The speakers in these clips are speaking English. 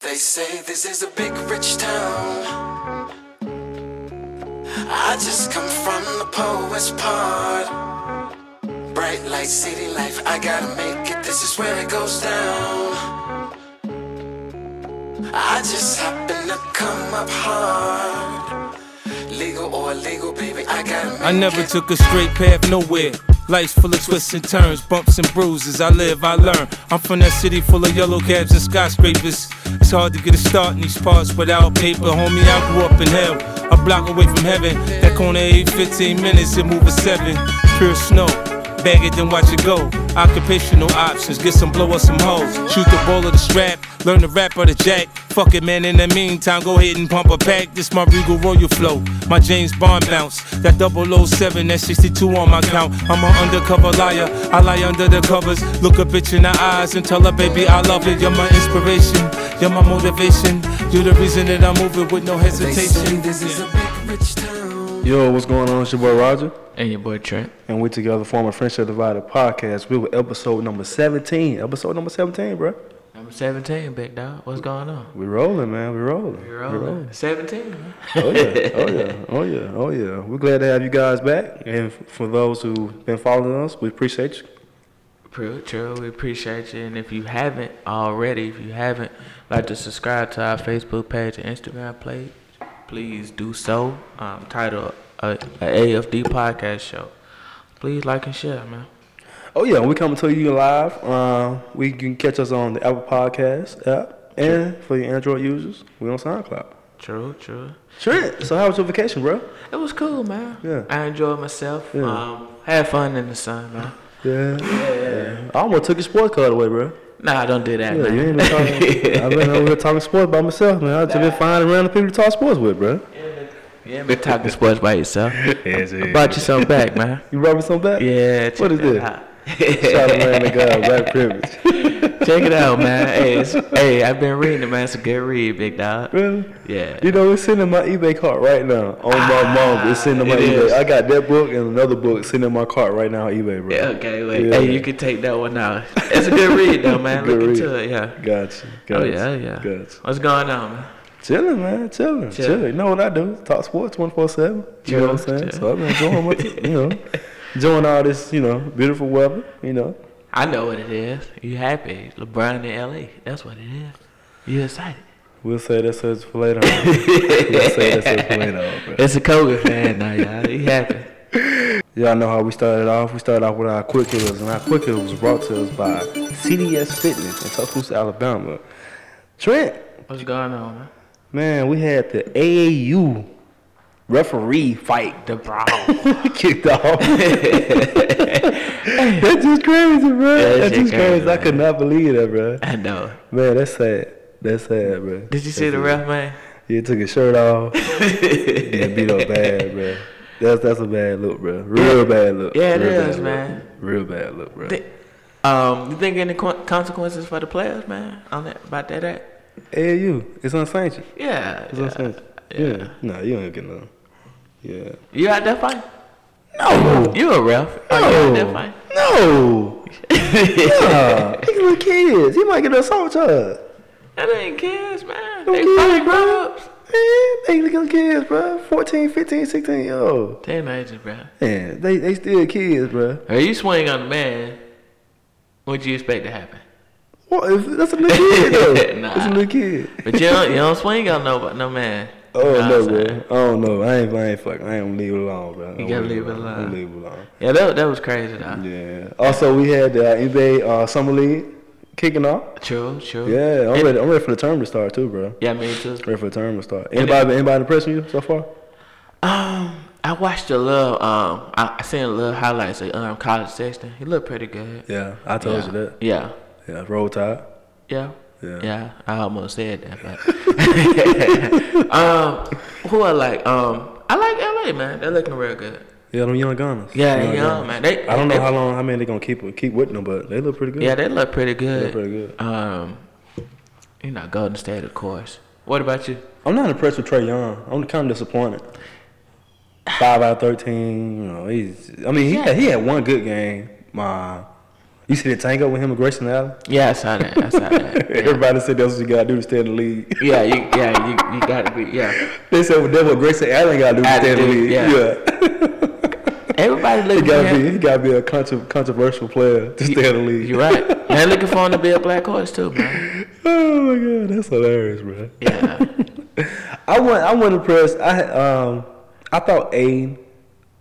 They say this is a big rich town. I just come from the poet's part. Bright light, city life, I gotta make it. This is where it goes down. I just happen to come up hard. Legal or illegal, baby, I gotta make I never it. took a straight path nowhere. Life's full of twists and turns, bumps and bruises. I live, I learn. I'm from that city full of yellow cabs and skyscrapers. It's hard to get a start in these parts without paper, homie. I grew up in hell, a block away from heaven. That corner eight, 15 minutes, it move a seven. Pure snow, Bag it, then watch it go. Occupational options, get some blow or some hoes. Shoot the ball or the strap, learn the rap or the jack. Fuck it, man, in the meantime, go ahead and pump a pack. This my Regal Royal flow, my James Bond bounce. That 007, that 62 on my count. I'm an undercover liar, I lie under the covers. Look a bitch in the eyes and tell her, baby, I love it. You're my inspiration, you're my motivation. You're the reason that I'm moving with no They say hesitation. this is a big rich town. Yo, what's going on? It's your boy Roger, And your boy Trent. and we together form a Friendship Divided podcast. We were episode number 17. Episode number 17, bro. Number 17, big dog. What's going on? We rolling, man. We rolling. You're rolling. 17, man. Oh yeah, oh yeah, oh yeah, oh yeah. We're glad to have you guys back, and f- for those who've been following us, we appreciate you. True, true. We appreciate you. And if you haven't already, if you haven't, like to subscribe to our Facebook page and Instagram page, please do so. Um, title a, a AFD podcast show. Please like and share, man. Oh yeah, we coming to you live. Uh, we you can catch us on the Apple Podcast app, and for your Android users, we on SoundCloud. True, true. Trent, so how was your vacation, bro? It was cool, man. Yeah. I enjoyed myself. Yeah. Um, had fun in the sun, man. Yeah, I almost took your sports card away, bro. Nah, don't do that, Yeah, man. you ain't been talking. I've been over here talking sports by myself, man. I've just been finding random people to talk sports with, bro. You ain't been talking sports by yourself. Yes, I brought you something back, man. You brought me some back? Yeah. check What is that this? out. Shout out to man, the God, black privilege. check it out, man. Hey, it's, hey, I've been reading it, man. It's a good read, big dog. Really? Yeah. You know, it's sitting in my eBay cart right now on my mom. It's sitting in my Ah, it eBay. is. I got that book and another book sitting in my cart right now on eBay, bro. Yeah, okay, wait. Yeah. Hey, you can take that one out. It's a good read, though, man. Good Look into read. it, yeah. Gotcha. Oh Gotcha. yeah, yeah. Gotcha. What's going on, man? Chilling, man. Chilling. Chill. Chilling. You know what I do? Talk sports 24 7. You know what I'm Chill, saying? chill. So I've been enjoying, my, you know, enjoying all this, you know, beautiful weather, you know. I know what it is. You happy? LeBron in LA. That's what it is. You excited? We'll say that's says for later on. we'll say that's says for later on, bro. It's a Kobe fan now, y'all. He happy. Y'all know how we started off. We started off with our quick hitters, and our quick hitters was brought to us by CDS Fitness in Tuscaloosa, Alabama. Trent, What's going on, man? man, we had the AAU referee fight The brawl. kicked off. that's just crazy, bro. Yeah, that that's shit just crazy. crazy, I could not believe that, bro. I know. Man, that's sad. That's sad, bro. Did you see the ref, man? He took his shirt off. yeah, beat up bad, bro. That's that's a bad look, bro. Real bad look. Yeah, it Real bad is, look. man. Real bad look, bro. Th- Um, you think any co- consequences for the players, man? On that, about that act? AAU, it's unsanctioned. Yeah. It's yeah. unsanctioned. Yeah. No, you ain't get nothing. Yeah. You out there fighting? No. You a ref? Are You out there No. fighting? No. Yeah. These little kids. He might get an assault charge. That ain't kids, man. Them They kids, fighting bro. grown-ups. Man, they little kids, bro. 14, 15, 16 year old. Teenagers, bro. Man, they, they still kids, bro. Are you swing on the man? What you expect to happen? What? If, that's a little kid, though. Nah. That's a little kid. But you don't, you don't swing on no no man. Oh You no, know what I'm bro. saying? I don't know. I ain't. I ain't fucking. I ain't leave it alone, bro. You gotta leave it alone. Leave it alone. Yeah, that, that was crazy though. Yeah. Also, we had the uh, NBA uh, summer league kicking off. True, true. Yeah, I'm It- ready. I'm ready for the term to start too, bro. Yeah, me too. Ready for the term to start. Anybody? Anybody impressing you so far? Um, I watched a little. Um, I, I seen a little highlights of um College Sexton. He looked pretty good. Yeah, I told yeah. you that. Yeah. Yeah, roll tide. Yeah. Yeah. I almost said that, but um, who I like? Um, I like LA, man. They're looking real good. Yeah, them young gunners. Yeah, they young, man. They- I don't know they- how long. How many they gonna keep keep with them, but they look pretty good. Yeah, they look pretty good. Look pretty good. Um, you know, Golden State, of course. What about you? I'm not impressed with Trey Young. I'm kind of disappointed. Five out of thirteen. You know, he's. I mean, he had, he had one good game. My, You see the tango with him and Grayson Allen? Yeah, I saw that. I saw that. Yeah, Everybody said that's what you gotta do to stay in the league. yeah you, yeah, you, you gotta be, yeah. They said well, that's what Grayson Allen gotta do to Gotta stay in the do, league. yeah. Everybody He looking gotta for be him. he gotta be a contro- controversial player to stay in the league. You're right. They're looking for him to be a black horse too, man. Oh my god, that's hilarious, bro. Yeah. I went I went impressed. I had, um I thought Aiden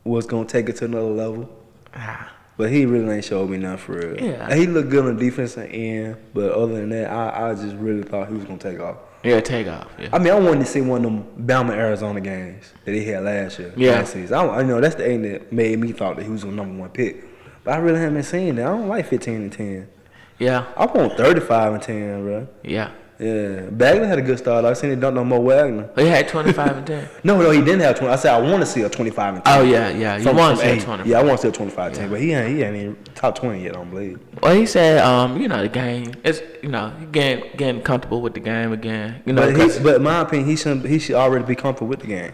was gonna take it to another level. Ah, But he really ain't showed me nothing for real. Yeah. And He looked good on the defensive end, but other than that, I, I just really thought he was gonna take off. yeah, take off. Yeah. I mean, I wanted to see one of them Bama Arizona games that he had last year. Yeah. last season. I, I know that's the thing that made me thought that he was a number one pick. But I really haven't seen that. I don't like 15 and 10. Yeah. I want 35 and 10, bro. Yeah. Yeah. Bagley had a good start. I've seen it dunk on Mo Wagner. He had 25 and 10. No, no, he didn't have 20. I said I want to see a 25 and 10. Oh, yeah, yeah. You From- want from to eight. see 20. Yeah, I want to see a 25 10, but he ain't, he ain't even top 20 yet, I don't believe. Well, he said, um, you know, the game. It's, you know, he getting, getting comfortable with the game again. You know, But, 'cause- he, but in my opinion, he should he should already be comfortable with the game.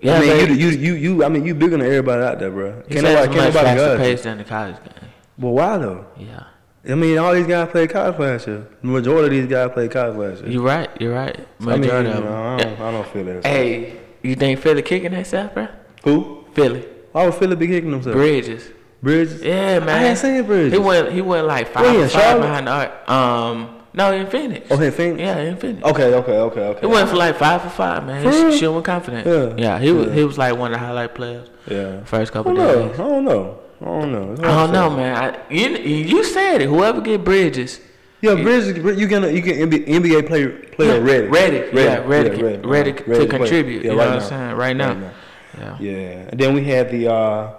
yeah, I mean, but you, you, you, you, I mean, you bigger than everybody out there, bro. he Can't said nobody, it's much can't nobody faster guard you. pace than the college game. Well, why though? Yeah. I mean, all these guys play college last year. The majority of these guys play college last year. You're right. You're right. Mm. I mean, you Majority of know, I, them. don't, I don't feel that. Hey, you think Philly kicking themselves, bro? Who? Philly. Why would Philly be kicking himself? Bridges. Bridges? Yeah, man. I ain't seen Bridges. He went. He went like five, Where he in, five Charlotte? behind the arc. Um, no, in Phoenix. Okay, Oh, Phoenix? Yeah, in Phoenix. Okay, okay, okay, okay. He went for like five for five, man. For real? He shooting with confidence. Yeah. Yeah, he was. Yeah. He was like one of the highlight players. Yeah. I First couple don't know. days. I don't know. I don't know. That's what I I'm don't know, saying. man. I, you you said it. Whoever get Bridges. Yeah, Bridges, you can you can NBA, NBA player player ready, Ready, yeah, ready, yeah, ready, to play. contribute. you know what I'm saying? Right now, yeah, Yeah. And then we had the uh,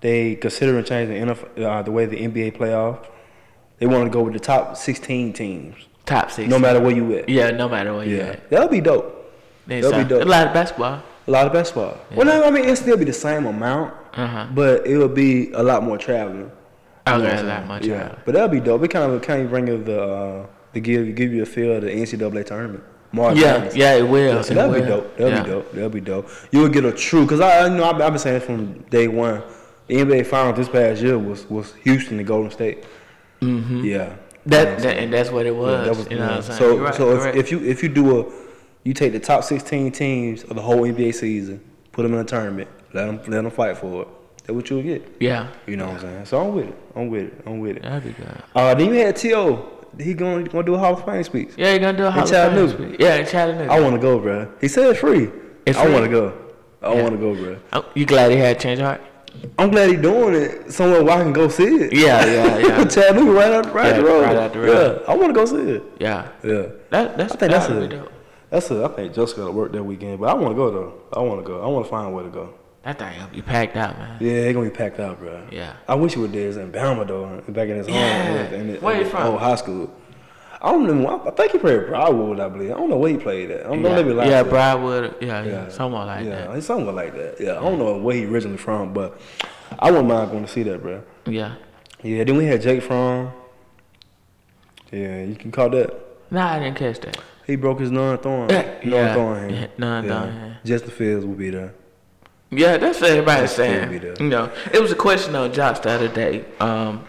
they considering changing the, NF uh, the way the NBA playoff. They want to go with the top 16 teams, top six. no matter where you at. Yeah, no matter what. Yeah. Yeah, That'll be dope. yeah. That'll be dope. a lot of basketball. A lot of basketball. Well, no, I mean it'll still be the same amount, Uh-huh. but it'll be a lot more traveling. I got Yeah. a lot much. Yeah, Yeah. but that'd be dope. It kind of kind of bring you the uh, the give give you a feel of the NCAA tournament. March Yeah, Madness. yeah, it will. so it that'd be will. dope. That'd Yeah. be dope. That'd be dope. You would get a true because I, I you know I've, I've been saying from day one. The NBA Finals this past year was was Houston and Golden State. Mm-hmm. Yeah, That, that and that's what it Yeah, was. that was- you know yeah. what I'm saying? so You're right, so if, correct. if you if you do a you take the top sixteen teams of the whole NBA season, put them in a tournament, let them let them fight for it. That's what you'll get. yeah, You know what I'm saying? So I'm with it. I'm with it. I'm with it. that'd be good. Uh, then you had T.O. He gonna, gonna do a Hall of Fame speech. Yeah, you're gonna do a Hall of Chattanooga. Fame speech. Yeah, in Chattanooga. I want to go, bro. He said it's free. It's I free. want to go. I Yeah. want to go, bro. Oh, you glad he had a change of heart? I'm glad he doing it somewhere where I can go see it. Yeah, yeah, yeah. Chattanooga, right out, right Yeah, the road. right out the road. Yeah, I want to go see it. Yeah, Yeah. that that's I think that's that'd be a, dope. that's a. I think Jessica got work that weekend, but I want to go though. I want to go. I want to find a way to go. That thing gonna be packed out, man. Yeah, it's gonna be packed out, bro. Yeah. I wish it was there. It's in Bama though, back in his Yeah. home. and- and- and- Where you and- from? Oh, high school. I don't even. I think he played at Broadwood, I believe. I don't know where he played at. I don't, yeah, don't let me lie. yeah to you. Briarwood. Yeah, yeah, somewhere like yeah, that. it's somewhere like that. Yeah, I don't know where he originally from, but I wouldn't mind going to see that, bro. Yeah. Yeah. Then we had Jake from. Yeah, you can call that. Nah, I didn't catch that. He broke his non-thorn, Yeah. non-thorn Yeah, hand. non-thorn hand. Justin Fields will be there. Yeah, that's what everybody's That's saying. gonna be the- You know, it was a question on Josh the other day. Um,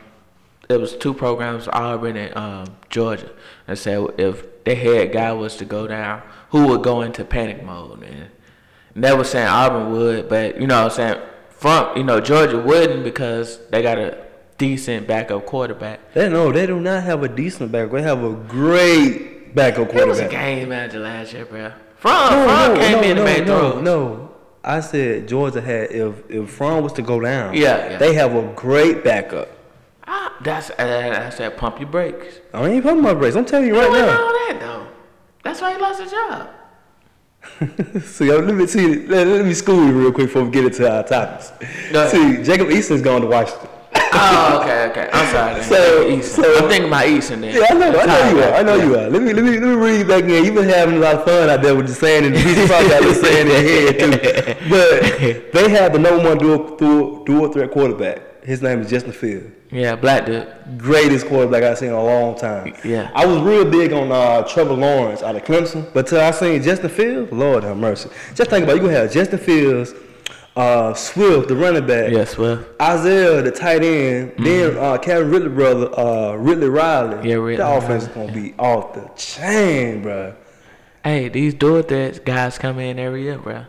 it was two programs, Auburn and um, Georgia, and said if the head guy was to go down, who would go into panic mode? And they were saying Auburn would, but you know, what I'm saying from you know Georgia wouldn't because they got a decent backup quarterback. They no, they do not have a decent backup. They have a great backup It was a quarterback. game manager last year, bro. From No, from no, came no, in no, and made no, throws. no. I said Georgia had if if Fron was to go down, Yeah, yeah. they have a great backup. Ah, that's uh, that's that pump your brakes. I ain't talking about brace. I'm telling you right What's now. all that though? That's why he lost his job. see, let me see. Let, let me school you real quick before we get into our topics. Go ahead. See, Jacob Easton's going to Washington. Oh, okay, okay. I'm sorry. So- So, Easton. so- I'm thinking about Easton then. Yeah, I know. I know you Tyler. are. I know you are. Let me let me let me read back in. You've been having a lot of fun out there with the saying and the people probably got the saying in their head too. But they have the number one dual dual, dual threat quarterback. His name is Justin Fields. Yeah, black dude. greatest quarterback I've seen in a long time. Yeah. I was real big on uh, Trevor Lawrence out of Clemson, but till I seen Justin Fields, Lord have mercy. Just think about it, you gonna have Justin Fields, uh, Swift, the running back. Yes, well, Isaiah, the tight end, then uh, Kevin Ridley brother, uh, Ridley Riley. Mm-hmm. Yeah, Ridley The offense is Riley. gonna be off the chain, bro. hey, these door threats guys come in every year, bro.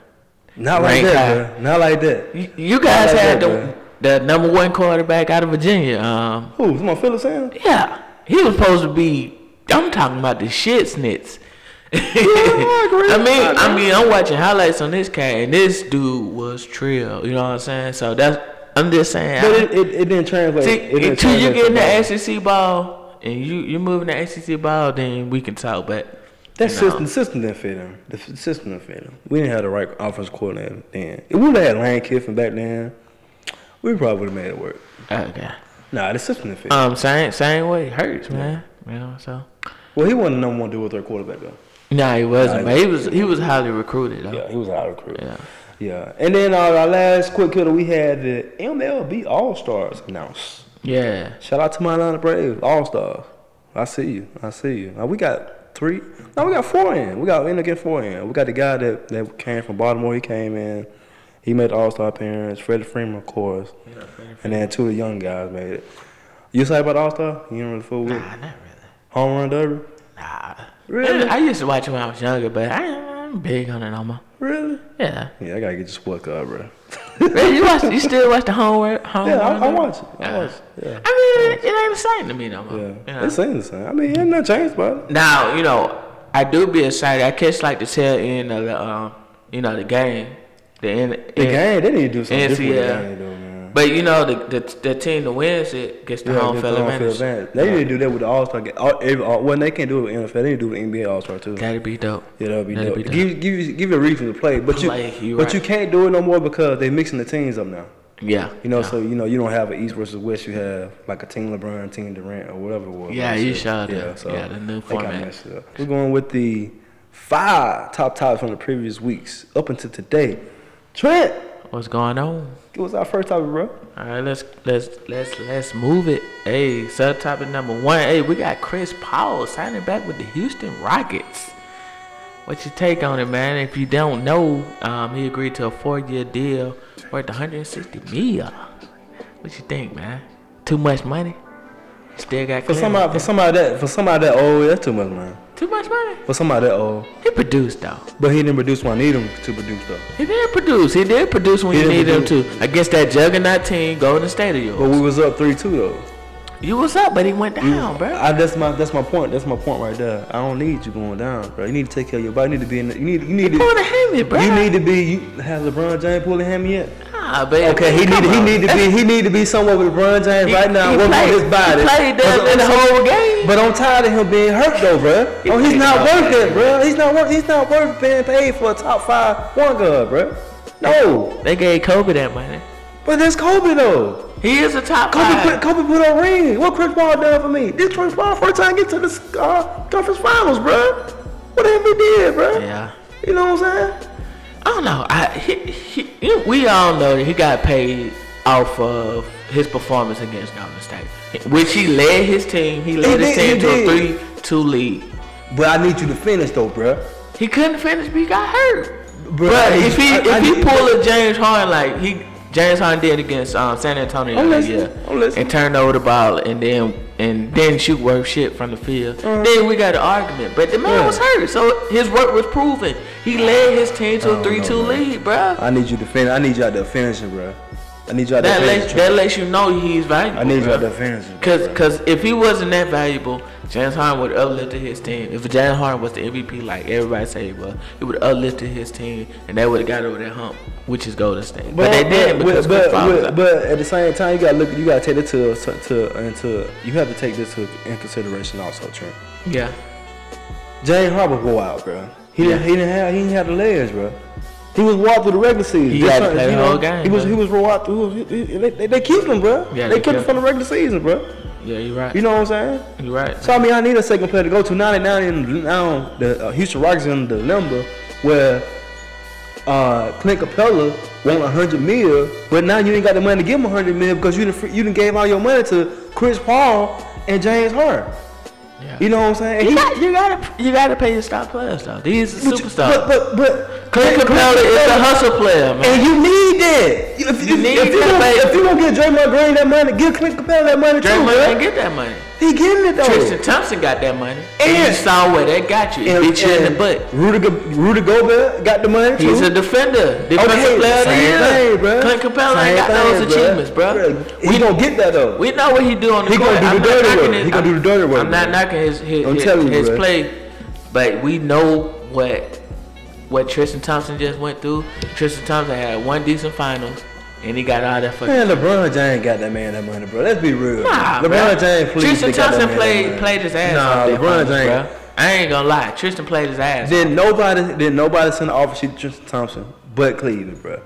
Not like Rank that, bro. Not like that. You, you guys like that, had the, the number one quarterback out of Virginia. Um, Who? Come on, Phillips Sam? yeah, he was supposed to be. I'm talking about the shit snits. I agree. I mean, I I mean, I'm watching highlights on this cat, and this dude was trill. You know what I'm saying? So that's. I'm just saying. But I- it, it, it didn't translate. See, it didn't until you translate get in to the that. SEC ball and you you moving the SEC ball, then we can talk. But That you know, system, system didn't fit him. The f- system didn't fit him. We didn't have the right offensive coordinator then. If we would have had Lane Kiffin back then, we probably would have made it work. okay. Nah, the system didn't fit. Um, same same way it hurts, man. You know, so well, he wasn't the number one dual threat quarterback though. no, he wasn't. Nah, but he was he was highly recruited though. Yeah, he was a high recruit. Yeah. Yeah. And then uh, our last quick hitter, we had the MLB All Stars announced. Yeah. Shout out to my Atlanta Braves All Stars. I see you. I see you. Now we got three. Now we got four in. We got in again four in. We got the guy that, that came from Baltimore. He came in. He made the All Star appearance. Freddie Freeman, of course. and then two of the young guys made it. You excited about All Star? You don't really fool with Nah, it? not really. home run derby? Nah. Really? I used to watch it when I was younger, but I, I'm big on it no more. Really? Yeah. Yeah, I gotta get your sport card, bro. Really, you watch? You still watch the homework? Home yeah, I, Run I Derby? watch it. I Uh, watch it. Yeah. I mean, it ain't exciting to me no more. Yeah. You know? It seems the same. I mean, it ain't nothing changed, bro. Now, you know, I do be excited. I catch like the tail end of the, um, you know, the game. The end. The game, they need to do something different with the NCAA. game, though, man. But you know, the the, the team that wins it gets the Yeah, home get field the home field advantage. advantage. They need to do that with the All Star game. All, every, all, well, they can't do it with NFL. They need to do it with NBA All Star too. That'd be dope. yeah, that'd be that'd dope. be dope. Give, give you- give you a reason to play, but Play, you you but right. you can't do it no more because they're mixing the teams up now. Yeah. You know, so you know you don't have an East versus West. You have like a team LeBron, team Durant, or whatever it was. Yeah, last you year. showed that. Yeah, the new they got format. messed up. We're going with the five top tops from the previous weeks up until today. Trent, What's going on? give us our first topic, bro. All right, let's let's let's let's move it. Hey, subtopic number one. Hey, we got Chris Paul signing back with the Houston Rockets. What you take on it, man? If you don't know, um, he agreed to a four-year deal worth 160 mil. What you think, man? Too much money? Still got For clearance. somebody, for somebody that, for somebody that old, that's too much, man. Too much money? For somebody that old, He produced though. but he didn't produce when I need him to produce though. He did produce. He did produce when He you did need him produce. to against that juggernaut team, Golden State of But yours. we was up three two though. You was up, but he went down, bro. I, that's my that's my point. That's my point right there. I don't need you going down, bro. You need to take care of your body. You need to be in. The, you need you need Pull the to, hammy, bro. you need to be. You, has LeBron James pulling him yet? Nah, baby. Okay, he come need he on. need to be he need to be somewhere with LeBron James He- right now. he Working on played- his body. He played that in the whole game. But I'm tired of him being hurt though, bro. He oh, he's played not all worth game. it, bro. He's not worth he's not worth being paid for a top five one guard, bro. No. They gave Kobe that money. But that's Kobe though. He is a top Kobe, five. put, Kobe put on ring. What Chris Paul done for me? This Chris Paul first time get to the uh, conference finals, bro. What have he did, bro? Yeah. You know what I'm saying? I don't know. I he, he, you- we all know that he got paid off of his performance against Golden State, which he led his team. He led He his did, team to he a did. three-two lead. But I need you to finish though, bro. He couldn't finish. But he got hurt. Bro, but I need- if he I- I if he need- pull a James Harden like he James Harden did against um, San Antonio I'm that listening. year, I'm listening. and turned over the ball and then and then shoot worth shit from the field, then we got an argument. But the man Mm. Yeah. was hurt, so his work was proven. He led his team I to don't a know, three-two man. lead, bruh. I need you to finish. I need y'all to finish it, bro. I need y'all to That finish. lets it. that lets you know he's valuable. I need bro. y'all to finish it. Cause, bro. cause if he wasn't that valuable, James Harden would have uplifted his team. If James Harden was the MVP, like everybody say he was, he would have uplifted his team, and they would have got over that hump, which is Golden State. But, they didn't because Chris but, Paul was but, out. but at the same time, you gotta look. You gotta take it to to, to into. You have to take this to in consideration also, Trent. yeah, James Harper go out, bro. He Yeah. didn't. He didn't have. He didn't have the legs, bro. He was walked through the regular season. He This had to time, play the you know, whole game, He was. bro. He was walked through. He was, he- he- they, they, they kept him, bro. Yeah, they, they kept him kept from the regular season, bro. yeah, you're right. You know what I'm saying? you're right. So I mean, I need a second player to go to. Now, now, in, now the uh, Houston Rockets in the dilemma where uh, Clint Capella want 100 mil, but now you ain't got the money to give him 100 mil because you didn't you didn't gave all your money to Chris Paul and James Harden. Yeah. You know what I'm saying? You He- got you gotta you gotta pay your star players though. These are but you- But superstars. but but Clint Capella is the hustle player, man. And you need that. If, if, You need if, you that, don't, baby. if you don't get Draymond Green that money, give Clint Capella that money too. Draymond man. didn't get that money. he getting it though. Tristan Thompson got that money. And, And- you saw where that got you. It beat you in the butt. Rudy, Go- Rudy Gobert got the money too. He's a defender. Defensive player of the same year. thing, bruh. Clint Capella Same ain't got thing, those bruh. achievements, bro. Bruh, He gonna get that though. We know what he do on the He court. gonna do the I'm not dirty knocking work. his- He gonna I'm- do the dirty work, I'm not man. knocking his his, I'm his, telling you, his bro. play, but we know what what Tristan Thompson just went through. Tristan Thompson had one decent finals, and he got out of that fucking. Man, LeBron James got that man that money, bro. Let's be real. Nah, LeBron bruh. James, please. Tristan they got that Thompson man played that money. played his ass Nah, off. that LeBron finals, James. bruh. I ain't gonna lie. Tristan played his ass. off. Then nobody, then nobody sent the offer sheet to Tristan Thompson, but Cleveland, bro.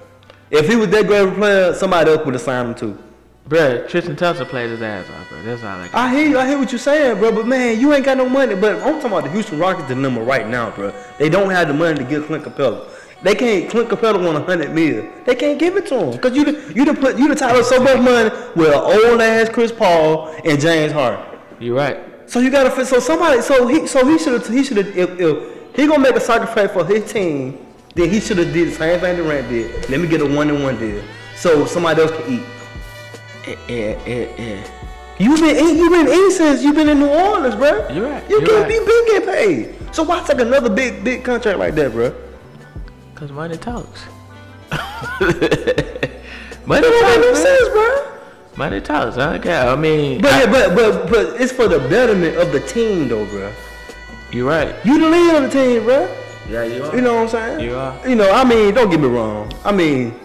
If he was that great of a player, somebody else would have signed him too. Bruh, Tristan Thompson played his ass off, bro. That's all I got. I hear you. I hear what you're saying, bro. But man, you ain't got no money. But I'm talking about the Houston Rockets dilemma right now, bro. They don't have the money to give Clint Capella. They can't. Clint Capella want a hundred mil. They can't give it to him because you done- you done put you done tied up so much money with an old ass Chris Paul and James Harden. You're right. So you gotta. fit- So somebody. So he. So he should. have He should have. If, if he gonna make a sacrifice for his team, then he should have did the same thing Durant did. Let me get a one and one deal, so somebody else can eat. Eh, eh, eh, eh. You've been eating. You've been eating since you've been in New Orleans, bro. You right, You you can't right. be big get paid. So why take another big big contract like that, bro? Cause money talks. money That don't make no talks, man. sense, bro. Money talks. I don't care. I mean, But, but but but it's for the betterment of the team, though, bro. you're right. You the leader of the team, bro. Yeah, you are. You know what I'm saying? You are. You know, I mean, don't get me wrong. I mean,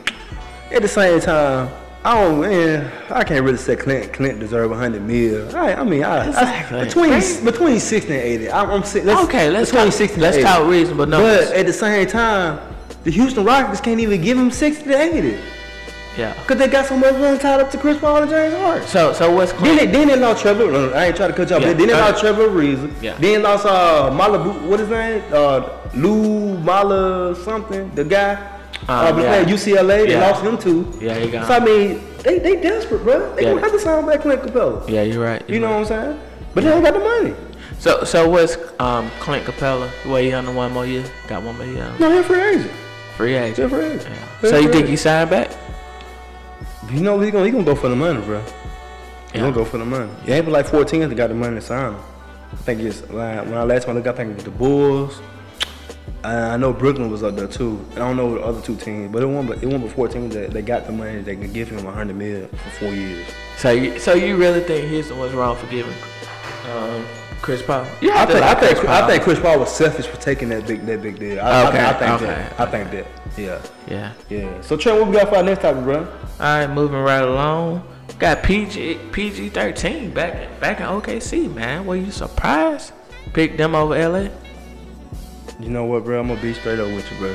at the same time, I don't. Man, I can't really say Clint Clint deserve 100 mil. I, I mean, I, Exactly. I between Right. between 60 and 80. I, I'm si- let's, okay, let's between talk, 60 let's and 80. talk reasonable numbers. But at the same time, the Houston Rockets can't even give him 60 to 80 yeah. because they got so much money tied up to Chris Paul and James Harden. So, so what's Then Clint? they, then they lost Trevor. no, no, I ain't trying to cut you off. Yeah, but Then they go lost Trevor Reason. Yeah. Then lost uh Malibu. What his name? Uh, Lou Mala something. The guy. uh, Um, but yeah. played UCLA. They Yeah. lost him too. Yeah, he gone. So I mean, they they desperate, bro. They Yeah. don't have to sign back Clint Capella. Yeah, you're right. You you're know right. what I'm saying? But they ain't got the money. So, so what's um Clint Capella? Well, he under one more year. Got one more year. on No, he's a free agent. Free He's a agent. free agent. Yeah. He a So you free think he agent. signed back? You know he gonna he gonna go for the money, bro. He Yeah. gonna go for the money. It ain't but like 14 that got the money to sign him. I think it's like when I last time I looked, I think it was the Bulls. I I know Brooklyn was up there too. I don't know the other two teams, but it won't. But it won't be 14 that they got the money. They can give him 100 mil for four years. So, you, so you really think Houston was wrong for giving um Chris Paul? Yeah, I think I think I think Chris Paul was selfish for taking that big that big deal. I, Okay, I, I think that. okay. I think that. Yeah. Yeah. Yeah. So Trent, what we got for our next topic, bro? All right, moving right along. Got PG PG thirteen back back in OKC, man. Were you surprised? Picked them over LA. You know what, bro? I'm gonna be straight up with you, bro.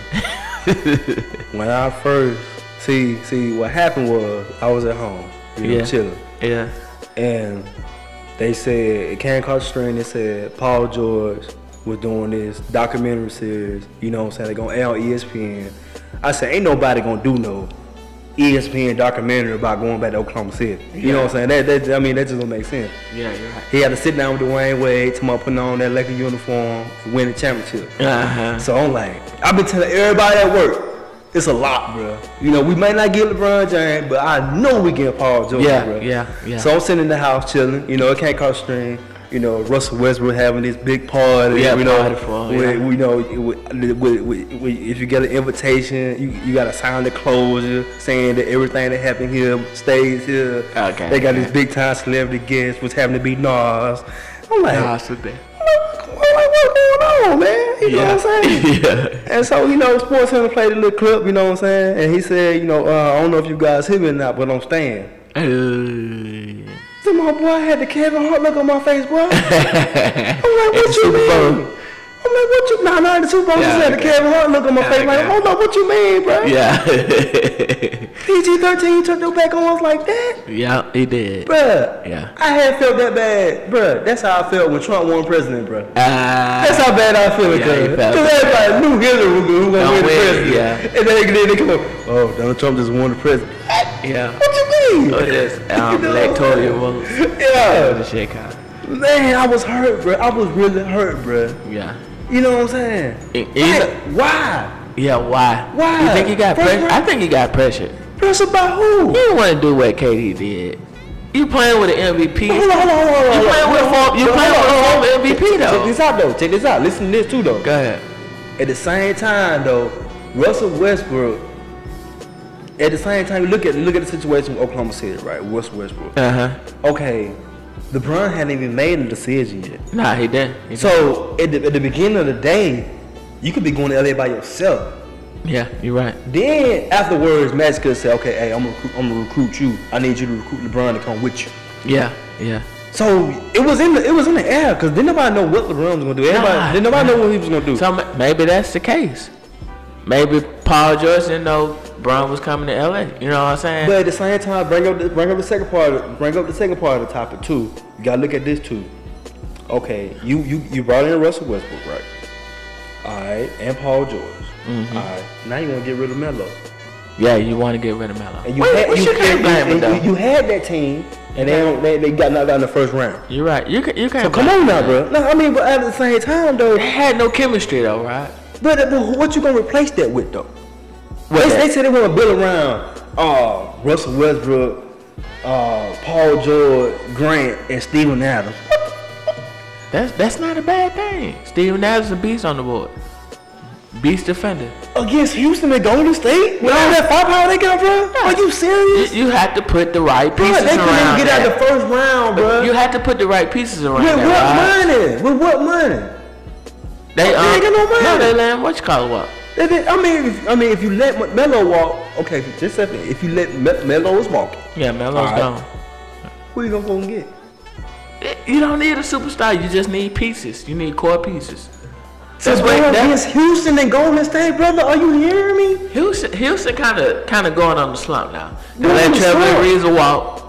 when I first see see what happened was I was at home, you know, Yeah. chilling, Yeah. and they said it came across the screen. It said Paul George was doing this documentary series. You know what I'm saying? They gonna air on E ESPN. I said, ain't nobody gonna do no E ESPN documentary about going back to Oklahoma City. You know what I'm saying? That, that I mean, that just don't make sense. Yeah, you're right. He had to sit down with Dwayne Wade, tomorrow putting on that Laker uniform, win the championship. Uh-huh. So I'm like, I've been telling everybody at work, it's a lot, bro. You know, we might not get LeBron James, but I know we get Paul George, Yeah, bruh. yeah, yeah. So I'm sitting in the house chilling. You know, it can't cost string. You know, Russell Westbrook having this big party. Yeah, you know, party for him, with- yeah. you know, with, with, with, with, if you get an invitation, you, you got to sign the closure saying that everything that happened here stays here. Okay, They got okay. this big time celebrity guest, which happened to be Nas. I'm like, Nah, sit there. what, what, what going on, man? You know what I'm saying? yeah. And so, you know, Sports Center played a little clip, you know what I'm saying? And he said, you know, uh, I don't know if you guys hear me or not, but I'm staying. Uh, So my boy had the Kevin Hart look on my face, boy. I'm like, At what the you Super Bowl. mean? I'm like, what you, nah, nah, the Super Bowl, Yeah, just had the okay. Kevin Hart look on my Yeah, face, like, okay. hold up, what you mean, bro? yeah. PG-13, you turned your back on us like that? yeah, he did. Bruh, Yeah. I had felt that bad, bruh. That's how I felt when Trump won president, bruh. That's Uh, how bad I feel, Yeah, he because felt everybody knew Hillary was going to Don't win the win, presidency. yeah. And then they, they come up, oh, Donald Trump just won the presidency. yeah. What you mean? Or just um, You know? electoral votes. Yeah. Shit, kind. Man, I was hurt, bro. I was really hurt, bro. Yeah. You know what I'm saying? It- Like, it- why? yeah. Why? Why? You think he got First pressure? I round- think he got pressure. Pressure by who? You didn't want to do what KD did. You playing with an MVP. Hold on, hold on, hold on. You hold on. playing with a form- you Hold on, playing with a hold on, hold on. former MVP though. Check this out though. Check this out. Listen to this too though. Go ahead. At the same time though, Russell Westbrook. At the same time, you look at look at the situation with Oklahoma City, right? West Westbrook. Uh huh. Uh-huh. Okay, LeBron hadn't even made a decision yet. Nah, he didn't. He So at the, at the beginning of the day, you could be going to LA by yourself. didn't. yeah, you're right. Then afterwards, Magic could say, "Okay, hey, I'm gonna recruit, I'm gonna recruit you. I need you to recruit LeBron to come with you." Yeah, yeah. So it was in the it was in the air because didn't nobody know what LeBron was gonna do. Everybody Nah. didn't nobody know what he was gonna do. So ma- maybe that's the case. Maybe Paul George didn't know Braun was coming to LA. You know what I'm saying? But at the same time, bring up the, bring up the second part of, bring up the second part of the topic too. You gotta look at this too. Okay, you you you brought in Russell Westbrook, right? All right, and Paul George. All right, now you wanna get rid of Melo. yeah, you want to get rid of Melo. And you What- had what you, you can't and- blame him and you- though. you had that team, and they don't, they, they got knocked out in the first round. You're right. You can, you can't. So come blame on him, now, though. bro. No, I mean, but at the same time though, They had no chemistry though, right? but, but what you gonna replace that with though? What They, that- they said they want to build around uh, Russell Westbrook, uh, Paul George, Grant, and Steven Adams. That's that's not a bad thing. Steven Adams a beast on the board. Beast defender. Against Houston and Golden State? With all that firepower they got, bro? Are you You, serious? you have to put the right Bro, pieces they couldn't even around. get out that. the first round, bro. you have to put the right pieces around. With what that, Rod. money? With what money? They, They um, ain't got no money. they land what you call it up. They did- I mean, if, I mean, if you let M- Melo walk, okay, if you- just a second. If you let Me- Melo's walk, Yeah, Melo's All right. gone. who you gonna go and get? Eh, You don't need a superstar. You just need pieces. You need core pieces. That's Bro, what that, against Houston and Golden State, brother. Are you hearing me? Houston. Houston kind of kind of going on the slump now. They What let on the Trevor slump? Ariza walk.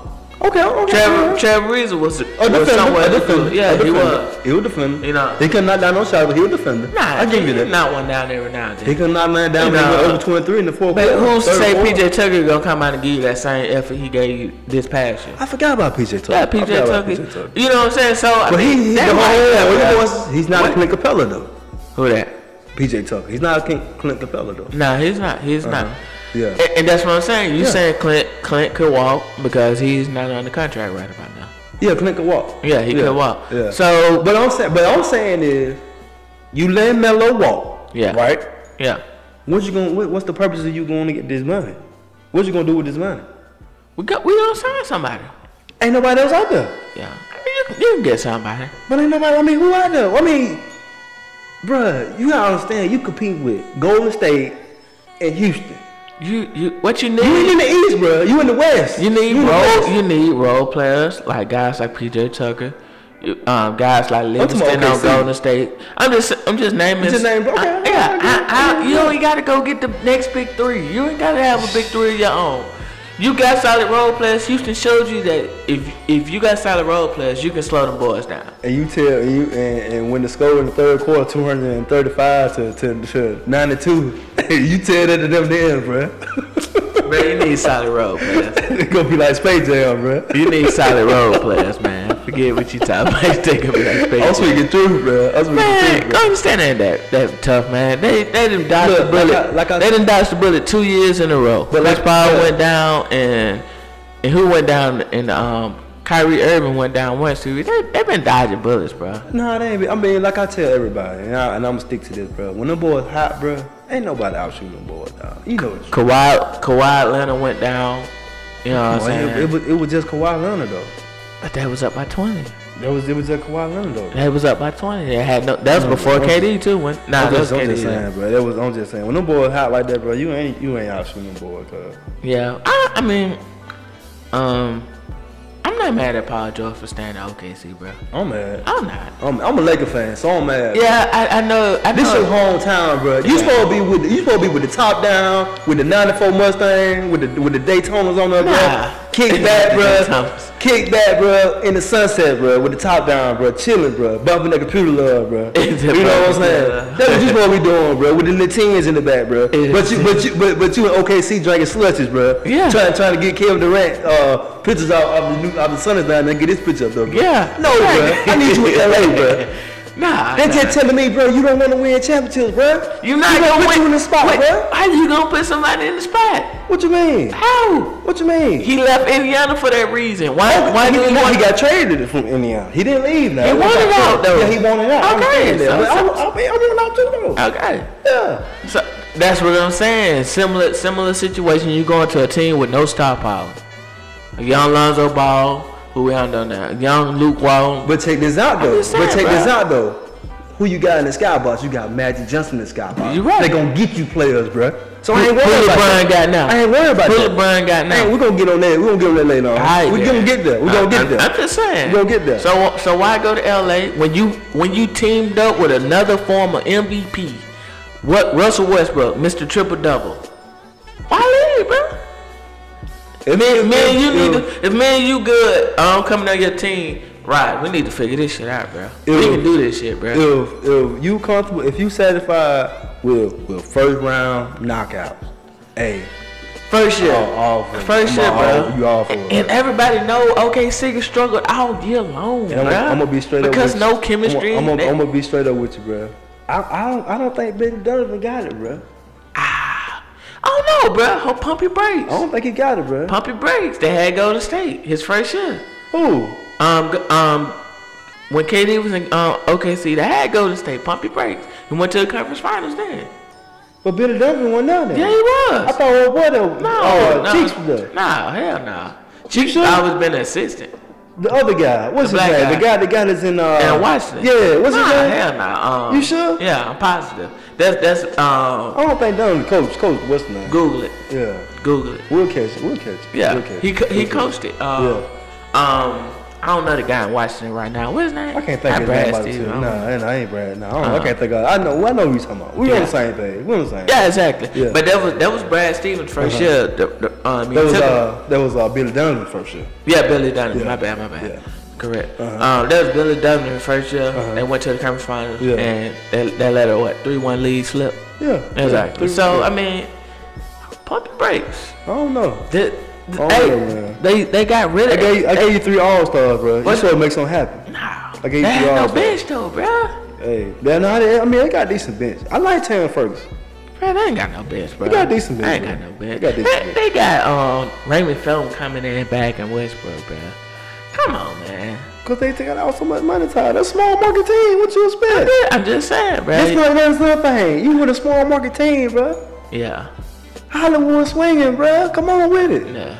Okay, okay. Trevor alright. Trevor Ariza was, was Uh-huh. A defender. somewhere. a in the defender. field. Yeah, a he defender. was. He was defender. You know. He could knock down no shot, but he was defender. Nah, I give you that. Not one down every now and then. He could knock man down Nah. when he went over 23 in the fourth But quarter. who's to third say quarter. PJ Tucker gonna come out and give you that same effort he gave you this past year? I forgot about PJ Tucker. Yeah, I PJ forgot about Tucker. You know what I'm saying? So I But he, mean, he, that the might- whole, was, he's not What? a Clint Capella, though. Who that? PJ Tucker. He's not a Clint, Clint Capella, though. No, he's not. He's not. Uh-huh. Yeah. And, and that's what I'm saying. You Yeah. saying Clint Clint could walk because he's not under contract right about now. Yeah, Clint could walk. Yeah, he could walk. Yeah. So- but I'm saying, but I'm saying is, you let Melo walk. Yeah. Right. Yeah. What you going? to What's the purpose of you going to get this money? What you gonna do with this money? We got we don't sign somebody. Ain't nobody else out there. Yeah. I mean, you, can- you can get somebody. But ain't nobody. I mean, who out there? I mean, bruh, you gotta understand. You compete with Golden State and Houston. You you what you You ain't in need. the East, bruh. You in the West. You need in the role. West. You need role players like guys like PJ Tucker, you- um, guys like talking about Livingston on OKC. Golden State. I'm just, I'm just naming. You just naming- okay, I- okay, yeah, okay, I, I, okay. you ain't gotta go get the next big three. You ain't gotta have a big three of your own. You got solid role players. Houston showed you that if if you got solid role players, you can slow them boys down. And you tell and you and, and when the score in the third quarter, two hundred and thirty-five to, to, to ninety-two, you tell that to them then, bruh. Man, you need solid role players. it's gonna be like Space Jam, bruh. You need solid role players, man. Forget what you talking about. Take a back. I'm speaking through, bruh. I'm speaking through, Man, bruh. understand that that that tough man. They they didn't dodge Look, the bullet. like I- like I- they didn't dodge the bullet two years in a row. But Chris like- Paul yeah. went down and and who went down and um Kyrie Irving went down one series. They they been dodging bullets, bro. Nah, they ain't. be- I mean, like I tell everybody, and, I, and I'm gonna stick to this, bruh. When them boys hot, bruh, ain't nobody out shooting them boys, dog. You know it's Kawhi Kawhi Leonard went down. You know what Well, I'm saying? it, it was, it was just Kawhi Leonard though. but that was up by twenty. That was it was just Kawhi Leonard though. That was up by twenty. They had no. That was before I'm- KD too. When nah, I'm that was just, I'm just KD. saying, bro. That was I'm just saying. When them boys hot like that, bro, you ain't you ain't out shooting them boys, cuz. Yeah, I, I mean, um, I'm not mad at Paul George for staying at OKC, bro. I'm mad. I'm not. I'm, I'm a Laker fan, so I'm mad. Yeah, I, I know. I know. This your hometown, bro. You supposed to be with the, you supposed to be with the top down, with the '94 Mustang, with the with the Daytonas on the Nah. ground. Kick back, Thomas. bruh. Kick back, bruh, in the sunset, bruh, with the top down, bruh, chilling, bruh, bumping that computer love, bruh. It's a You know what I'm bumping saying? love. That's just what we doing, bruh, with the Latins in the back, bruh. It But is. you, but you, but, but you in OKC drinking slushies, bruh. Yeah. Trying, trying to get Kevin Durant uh, pictures out of the new, of the sun down and get his picture up though. bruh. Yeah. No, bruh. I need you in LA, bruh. Nah. They nah. just telling me, bro, you don't want to win championships, bro. you not you gonna put win. you in the spot, Wait, bruh. How you gonna put somebody in the spot? What you mean? How? What you mean? He left Indiana for that reason. Why? Why Oh, he, did he he, want? got traded from Indiana. He didn't leave. Now He wanted out, though. Yeah, he wanted out. I Okay, understand that, so- but I, I, I, mean, I wanted out too, though. Okay. yeah. So that's what I'm saying. Similar similar situation. You going to a team with no star power. A young Lonzo Ball, who we don't know now. Young Luke Wall. But take this out, though. just saying, but take this bruh. out, though. Who you got in the skybox? You got Magic Johnson in the skybox. You right. They gonna get you players, bro. So I Who- ain't worried who about LeBron that. got now? I ain't worried about Who that. LeBron got now? Hey, we gonna get on that. We gonna get on that later on. Alright we then. gonna get there. We I'm- gonna get I'm- there. I'm just saying. We gonna get there. So so why go to LA when you when you teamed up with another former MVP? What Russell Westbrook, Mr. Triple Double? Why leave, bro? If- Me, if- me and you if- need to, if me and you good, I'm coming on your team. Right, we need to figure this shit out, bro. We Ew. can do this shit, bro. if if you comfortable, if you satisfied with with first round knockouts, hey, First year, All- all for it. first I'm year, all- bro. you all for it, And bro. everybody know OKC struggled all year long, and I'm, bro. I'm gonna be straight because up with no you. chemistry. I'm gonna, that- I'm gonna be straight up with you, bro. I, I don't I don't think Benny Donovan got it, bro. I don't know, bro. Ho- Pump your I brakes. don't think he got it, bro. Pump your brakes. They had Golden State his first year. Who? Um, g- um, when KD was in um, OKC, they had Golden State. Pump your brakes. He went to the conference finals then. But Benny Donovan went down there. Yeah, he was. I thought old boy though. No, uh, no, Cheeks was there. Nah, hell nah. Cheeks Cheeks was- always been an assistant. The other guy. What's The his black name? The guy. guy the guy that's in uh And Washington. Yeah, what's nah, his name? hell nah. Um, You sure? Yeah, I'm positive. That's that's um. I don't think Donovan coach coach what's his name? Google it. Yeah. Google it. We'll catch it. We'll catch it. Yeah, We'll catch he it. co- he We'll catch it. coached it. Uh, Um, I don't know the guy in Washington right now. What's his name? I can't think Not of Brad anybody. Stevens, Nah, I don't and I ain't Brad. Nah, I, don't, Uh-huh. I can't think of. I know. I know who you talking about. We on Yeah. the same page. We on the same. Yeah, exactly. Yeah. But that was that was Brad Stevens 1st Uh-huh. year. The, the, um, he That was took him- uh, that was uh, Billy Donovan first year. yeah, Billy Donovan. Yeah. My bad, my bad. Yeah. Correct. Uh-huh. Um, that was Billy Donovan first year. They went to the conference finals Yeah. and they, they let a what three one lead slip. Yeah, Exactly. yeah. so I mean, pump the brakes. I don't know. The, the- Oh, hey, man. they they got rid I of gave, I gave you three all stars, bro. What? That's what makes them happy. Nah, I gave you they three had no odds, though. bench though, bruh. Hey, they're not. I mean, they got decent bench. I like Terrence Ferguson. Bruh, they ain't got no bench, bruh. got decent I bench, ain't got bruh. no bench. They got decent bench. They, they got um Raymond Felton coming in back in Westbrook, bruh. Come on, man. Cause they took out so much money, Ty. That's a small market team. What you expect? I'm just saying, That's bruh. not that's nothing. You with a small market team, bro. Yeah, Hollywood swinging, bro. Come on with it. yeah.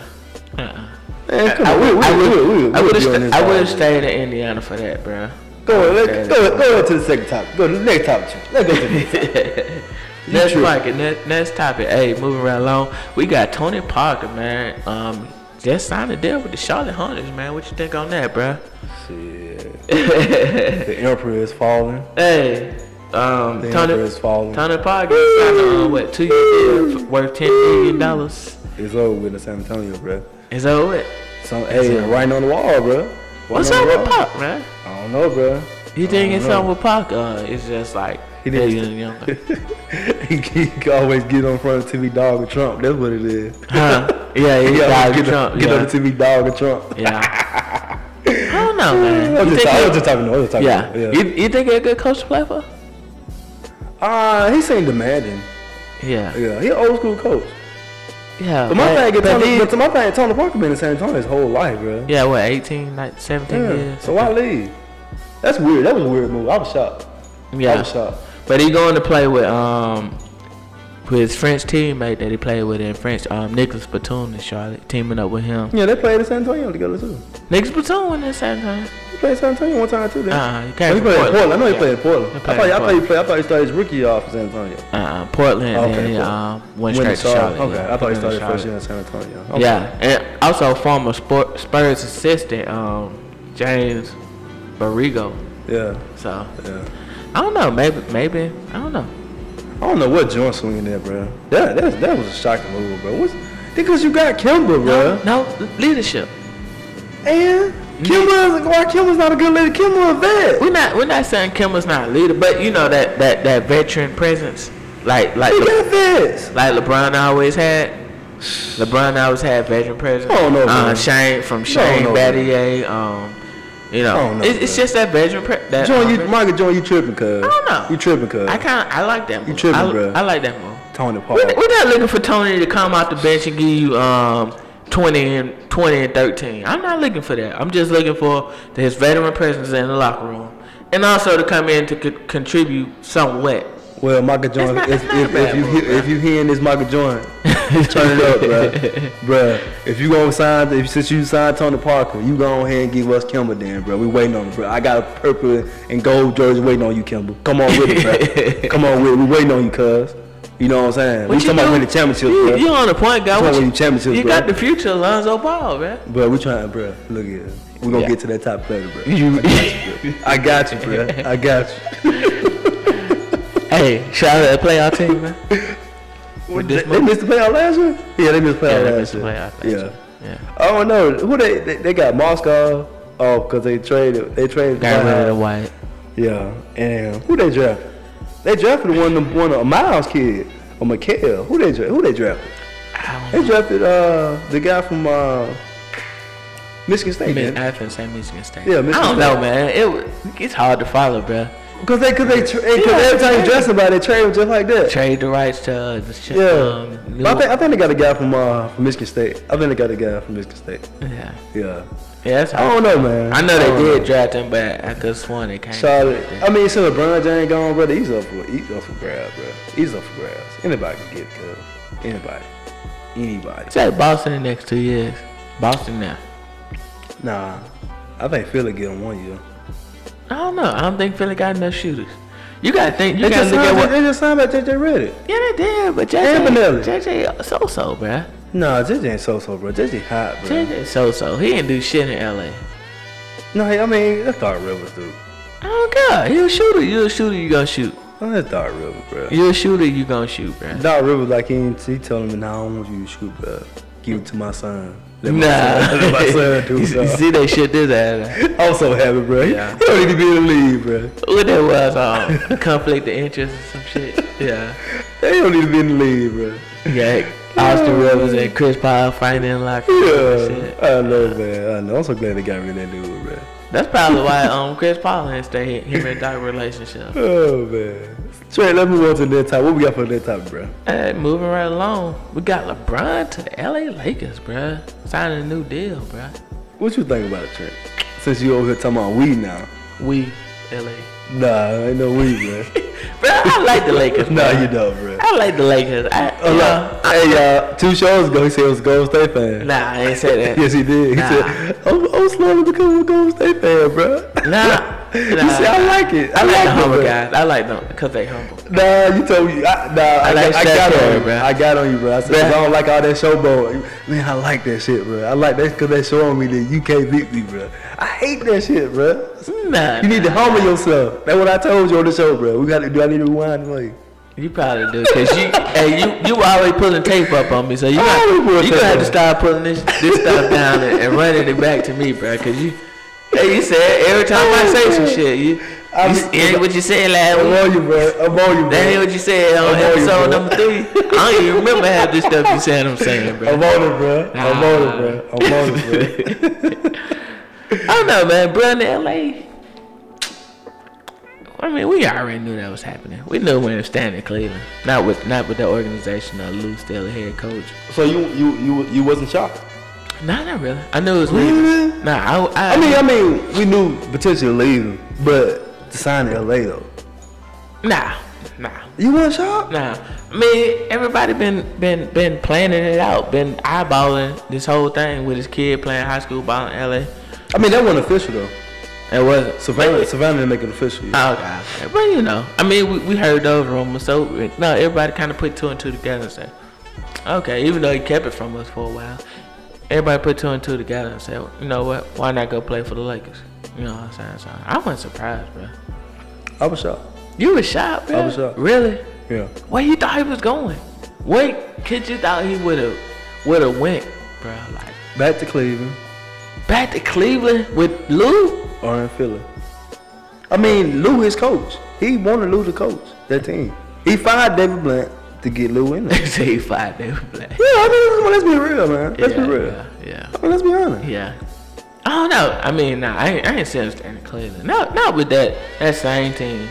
Uh-uh. Man, come I on. We, would, we, I we, we, we, would, I we would, be on st- this I all would have day. stayed in Indiana for that, bruh. Go on, Stayed let's in- go, go on to the second topic. Go to the next topic. Chief. Let's go to the next tripping. topic, next, next topic. Hey, moving right along, we got Tony Parker, man. Um, just signed a deal with the Charlotte Hornets, man. What you think on that, bruh? The emperor is falling. Hey, um, The Tony, emperor is falling. Tony Parker signed a uh, what two year deal f- worth ten million dollars. It's over with in San Antonio, bro. Is that what? So, hey, right on the wall, bro. Right What's on up the with wall. Pop, man? I don't know, bro. You think it's know. something with Pac? Uh, it's just like He yeah, needs you to- know, you know. he can always get on front of TV dog and Trump. That's what it is. huh? Yeah, yeah, He yeah. always get, Trump, on, get yeah. on the TV dog and Trump. yeah. I don't know, man. I was You just think talking. I he- was just talking. I was just talking. yeah. You, you think he a good coach to play for? Uh, he seemed demanding. Yeah. Yeah, he an old school coach. Yeah. But my but- thing, get but Tony, he- but to my thing, Tony Parker been in San Antonio his whole life, bro. Yeah, what, 18, like 17 Yeah. years? So why leave? That's weird. That was a weird move. I was shocked. I yeah. was shocked. But he going to play with um with his French teammate that he played with in French, um Nicholas Batum in Charlotte, teaming up with him. Yeah, they played in San Antonio together too. Nicholas Batum went in San Antonio. He played in San Antonio one time too. Then. Uh, he Oh, came he from played in Portland. I know he Yeah. played in Portland. He I played thought, in I thought he Portland. played. I thought he started his rookie year off in San Antonio. Uh, Portland, Okay, then he, Portland. um, went When straight he to started- Charlotte. Okay, I thought he Went to started Charlotte. first year in San Antonio. Okay. Yeah, and also former sport, Spurs assistant um, James Barrigo. Yeah. So Yeah. I don't know, maybe maybe I don't know. I don't know what joint swinging there, bro. That that that was a shocking move, bro. What's Because you got Kimba, No, bro. no leadership. And Kimba, is, why Kimba's not a good leader? Kimba a vet. We're not we're not saying Kimba's not a leader, but you know that that that veteran presence, like like We Le- got vets. like LeBron always had. LeBron always had veteran presence. I don't know, uh, man. Shane from I Shane don't know, Battier. Um, you I know, don't know, it's, it's man. just that veteran. Pre- that Join you, um, Micah. Join you tripping, cuz. I don't know. You tripping, cuz. I kind of I like that move. tripping, I, bruh. I like that move. Tony Paul. We're, we're not looking for Tony to come off the bench and give you um 20 and 20 and 13. I'm not looking for that. I'm just looking for his veteran presence in the locker room, and also to come in to co- contribute somewhat. Well, Micah Jordan, not- if, it's not a if, bad if you move, hear- if you hearing this Micah Jordan, turn it up, bruh. Bruh, if you gonna sign, if since you signed Tony Parker, you go ahead and give us Kimba then, bruh. We waiting on it, bruh. I got a purple and gold jersey waiting on you, Kimba. Come on with it, bruh. Come on with it. We waiting on you, cuz. You know what I'm saying? we What you talking about do- winning championships, You, bruh. you on the point guard? Talking What about you- winning championships, You bruh. got the future, Lonzo Ball, man. Bruh, we trying, bruh. Look at us. We gonna Yeah. get to that top thirty, bruh. I got you, bruh. I got you. Hey, shout out to the playoff team, man. What, this they, they missed the playoff last year. Yeah, they missed the Yeah, playoff they missed last the year. playoff last yeah. year. Yeah. I don't know who they they, they got Moscow. Oh, because they traded they traded. Got rid of the White House. white. Yeah, and who they drafted? They drafted one of them- one of Miles kid or Mikhail. Who they dra- who they drafted? I They drafted uh the guy from uh Michigan State. Mid didn't they? Athens and Michigan State. Yeah, I Michigan don't know, State. man. It wa- it's hard to follow, bruh. Cause they, cause they, tra- cause Yeah, every time yeah. you dress about it, they trade him just like that. Trade the rights to uh, the sh- yeah, um, new, But I think I think they got a guy from uh from Michigan State. I think they got a guy from Michigan State. yeah, Yeah, yeah. That's I don't hard. know, man. I know I they don't did draft him, but I could have sworn they came. Charlotte. I mean, so LeBron James gone, brother. He's up for he's up for grabs, bro. He's up for grabs. Anybody can get it, cuz. Anybody. Anybody. Say Boston the next two years. Boston now. Nah. I think Philly get him one year. I don't know. I don't think Philly got enough shooters. You gotta think. You They gotta just, look at signed, what. they just signed back JJ Reddick. Yeah, they did, but And Benelli. JJ, JJ so so, bruh. Nah, JJ ain't so so, bro. JJ hot, bro. JJ so so. He didn't do shit in LA. No, I mean, that's Dark Rivers, dude. I don't care. You a shooter. You a shooter. You gonna shoot. That's Dark Rivers, bro. You a shooter. You gonna shoot, bruh. Doc Rivers, like, he, ain't- he told him, nah, I don't want you to shoot, bro. Give it to my son. Let my son- Nah, let my son do you, you something. see they shit this ass. I'm so happy, bro. Yeah. He don't need to be in the league, bro. What that was, um, conflict of interest or some shit. Yeah, They don't need to be in the league, bro. yeah. Austin Rivers and Chris Paul fighting in locker room and Yeah, shit. I know, man. I know. I'm so glad they got rid of that dude, man. That's probably why um Chris Paul didn't stay him and Doc relationship. Oh man. Trey, let me go to the next top. What we got for the next top, bro? Hey, moving right along, we got LeBron to the LA Lakers, bruh. Signing a new deal, bruh. What you think about it, Trey? Since you over here talking about weed now. We LA, Nah, ain't no weed, bro. bruh. I like the Lakers. nah, bruh. you don't, bro. I like the Lakers. I, Oh, you look. Hey, y'all. Two shows ago, he said he was a Golden State fan. know, nah, I ain't say that. Yes, he did. He Nah. said, "Oh, "I'm, I'm slowly becoming a Golden State fan, bro." Nah, you nah. see, I like it. I, I like the like humble it, bro. guys. I like them because they humble. Nah, you told me. I, nah, I, like got, I Steph got Curry, on you, bruh. I got on you, bro. I said, Bruh. I don't like all that showboat. Man, I like that shit, bro. I like that because they showing me that you can't beat me, bro. I hate that shit, bro. Nah, You need to humble yourself. That's what I told you on the show, bro. We got to do. I need to rewind, like. You probably do, cause you, hey, you, you always pulling tape up on me, so you, I got, always pull you tape gonna have up. to start pulling this, this stuff down and, and running it back to me, bro, cause you, hey, you said every time I say some shit, you, I you be- s- it ain't what you said last I'm week. on you, bro. I'm on you, That ain't bro. what you said on I know you, bro. episode number three. I don't even remember half this stuff you said. I'm saying, bro. I'm on it, bro. I'm on it, bro. I'm on it, bro. I don't know, man. Bro, in L.A. I mean, we already knew that was happening. We knew we were standing Cleveland, not with not with the organization of Lou still the head coach. So you you you you wasn't shocked? Nah, not really. I knew it was Really? leaving. Nah, I, I, I mean, I mean, we knew potentially leaving, but to sign in LA though, nah, nah, you weren't shocked? nah. I mean, everybody been been been planning it out, been eyeballing this whole thing with his kid playing high school ball in LA. I mean, that wasn't official though. It wasn't. Savannah, Savannah didn't make it official. Yet. Oh, okay, okay. But you know, I mean, we, we heard those rumors, so no, everybody kind of put two and two together and said, okay, even though he kept it from us for a while, everybody put two and two together and said, you know what, why not go play for the Lakers? You know what I'm saying? So I wasn't surprised, bro. I was shocked. You was shocked, bro. was shocked. Really? Yeah. Where you thought he was going? Wait, could you thought he would have would have went, bro. Like Back to Cleveland, back to Cleveland with Lou. or in Philly. I mean, Lou his coach. He wanted Lou to coach that team. He fired David Blunt to get Lou in there. They say he fired David Black. Yeah, I mean, come on, let's be real, man. Let's yeah, be real. Yeah, I mean, let's be honest. yeah, yeah. I don't know. I mean, nah, I ain't, I ain't saying standing Cleveland. Not not with that that same team,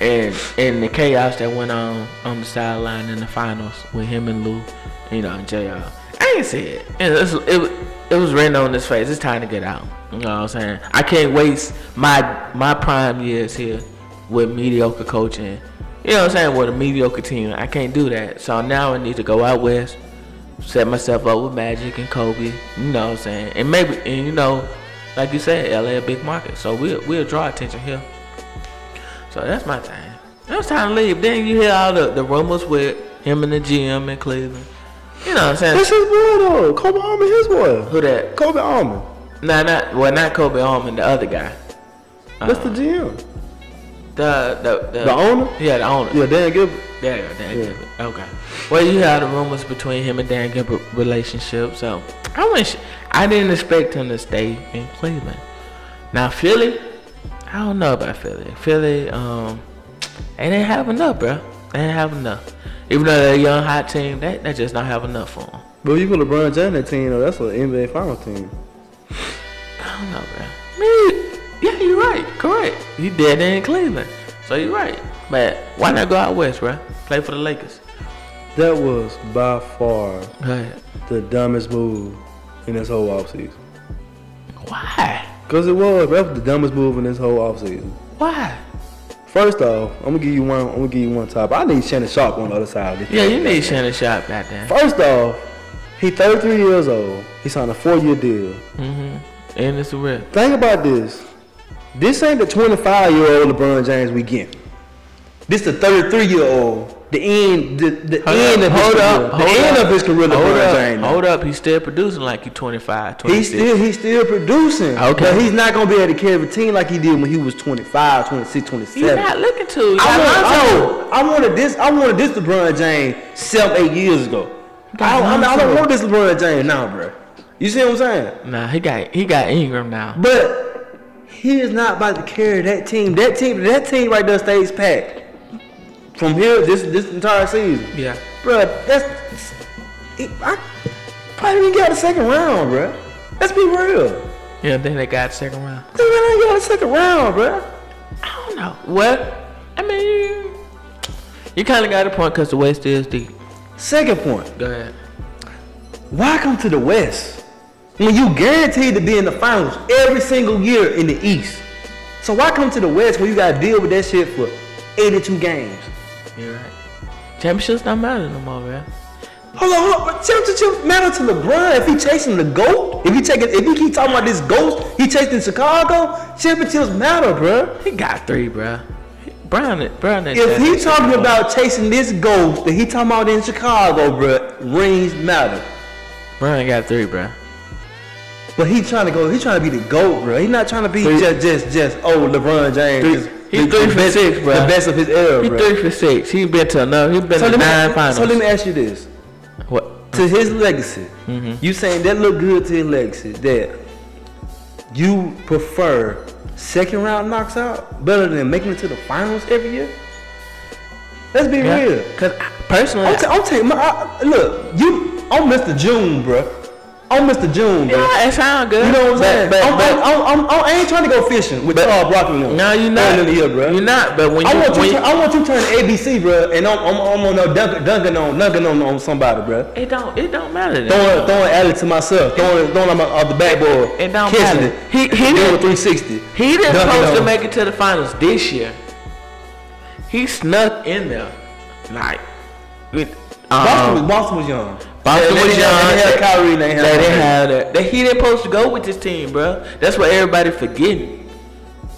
and and the chaos that went on on the sideline in the finals with him and Lou, you know, and Jr. I ain't see it. And it's, it wa- it was written on his face. It's time to get out. You know what I'm saying? I can't waste my my prime years here with mediocre coaching. You know what I'm saying? With a mediocre team, I can't do that. So now I need to go out west set myself up with Magic and Kobe. You know what I'm saying? And maybe and you know, like you said, LA a big market. So we'll we'll draw attention here. So that's my thing. It was time to leave. Then you hear all the, the rumors with him and the GM in Cleveland. You know what I'm saying? That's his boy though. Kobe Allman, his boy. Who that? Kobe Allman. Nah, not well, not Kobe Allman, the other guy. That's the GM. The the the, The owner? Yeah, the owner. Yeah, Dan Gilbert. There you go, Dan Gilbert. Okay. Well, you had the rumors between him and Dan Gilbert relationship, so I wish I didn't expect him to stay in Cleveland. Now Philly, I don't know about Philly. Philly, um, they didn't have enough, bro. They didn't have enough. Even though they're a young hot team, they, they just don't have enough for them. But you put LeBron James in that team, though, that's an NBA Finals team. I don't know, bro. Me, yeah, you're right. Correct. He dead in Cleveland, so you're right. But why not go out west, bro? Play for the Lakers. That was by far Go ahead. the dumbest move in this whole offseason. Why? Because it was, that was the dumbest move in this whole offseason. Why? First off, I'm gonna give you one. I'm gonna give you one top. I need Shannon Sharp on the other side. Of this Yeah, you need Shannon Sharp, goddamn. First off, he 33 years old. He signed a four-year deal. Mm-hmm. And it's a real. Think about this. This ain't the 25-year-old LeBron James we getting. This the 33-year-old. The end. The, the end of his career. the end of his career. hold LeBron up, James. Hold up, he's still producing like he's 25, 26. He's still he's still producing. Okay. But he's not gonna be able to carry a team like he did when he was 25, 26, 27. He's not looking to. you. I wanted, I, Alonzo. wanted, I wanted this. I wanted this LeBron James seven, eight years ago. I, don't- I, mean, I don't want this LeBron James now, bro. You see what I'm saying? Nah, he got he got Ingram now. But he is not about to carry that team. That team, that team right there stays packed from here this this entire season, Yeah. bro. That's it- I probably didn't get out of the second round, bro. Let's be real. Yeah, then they got second round. This man ain't get out of the second round, bro. I don't know. Well, I mean, you, you kind of got a point because the West is deep. Second point. Go ahead. Why come to the West when you guaranteed to be in the finals every single year in the East? So why come to the West when you gotta deal with that shit for 82 games? You're right. Championships don't matter no more, man. Hold on, hold on. Championship matter to LeBron if he chasing the GOAT? If he taking, if he keep talking about this GOAT, he chasing Chicago? Championships matter, bruh. He got three, bro. Brown, Brown. If he talking about chasing this GOAT that he talking about in Chicago, bruh, rings matter. Brown got three, bro. But he trying to go. He trying to be the goat, bro. He not trying to be just, just, just. Oh, LeBron James. Three- He he three for best, six, bro. The best of his era, He bro. three for six. He been to enough. He been so, to let nine me, finals. so let me ask you this: what? to his legacy, Mm-hmm. you saying that look good to his legacy? That you prefer second round knocks out better than making it to the finals every year? Let's be Yeah. real. Cause I, personally, I'm, t- I'm taking my I, look. You, I'm Mr. June, bro. I'm Mr. June, bro. yeah, it sound good. You know what I'm but, saying? But, I'm, but, I'm, I'm, I'm, I ain't trying to go fishing with Charles Barkley. and them. no, you're Early in not. the year, bro. You're not. But when you, I want you. when turn- I want you to turn to ABC, bro, and I'm, I'm, I'm on no dunking, dunking on, dunking on, on somebody, bro. it don't it don't matter. Then. Throwing, throwing alley to myself, throwing, throwing on, my, on the backboard, It don't catching matter. it. He- he doing didn't- 360. He didn't Dunking supposed to on. make it to the finals this year. He snuck in there, like with Boston, was, um, Boston was young. they, Boston was didn't have- young. They didn't have Kyrie. and They didn't They have. didn't have that. That he didn't supposed to go with this team, bro. That's what everybody forgetting.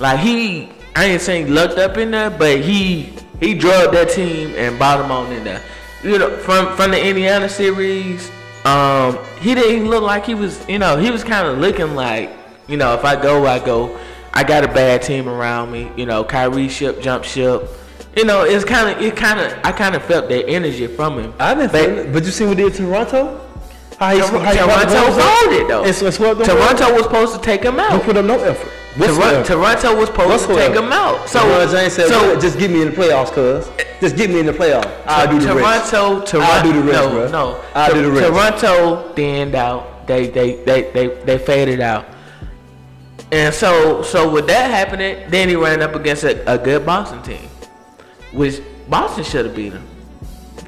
Like he, I ain't saying lucked up in there, but he he drugged that team and bought them on in there. You know, from from the Indiana series, um, he didn't even look like he was. You know, he was kind of looking like, you know, if I go, I go. I got a bad team around me. You know, Kyrie ship, jump ship. You know, it's kind of it kind of I kind of felt that energy from him. I didn't feel it, but you see what they did to Toronto. How he, Toronto how he brought the ball up? owned it though. And, and swept them Toronto was supposed to take him Don't out. put up no effort. Toronto, Whatsoever. Toronto was supposed to Whatsoever. take him out. So LeBron James said, so Uh, "Well, just get me in the playoffs, cuz. Just get me in the playoffs. I'll do the rest. Toronto, Toronto, I'll do the rest, no, bruh. no. I'll do the rest. Toronto thinned out. They they they they they faded out. And so so with that happening, then he ran up against a, a good Boston team, which Boston should have beat him.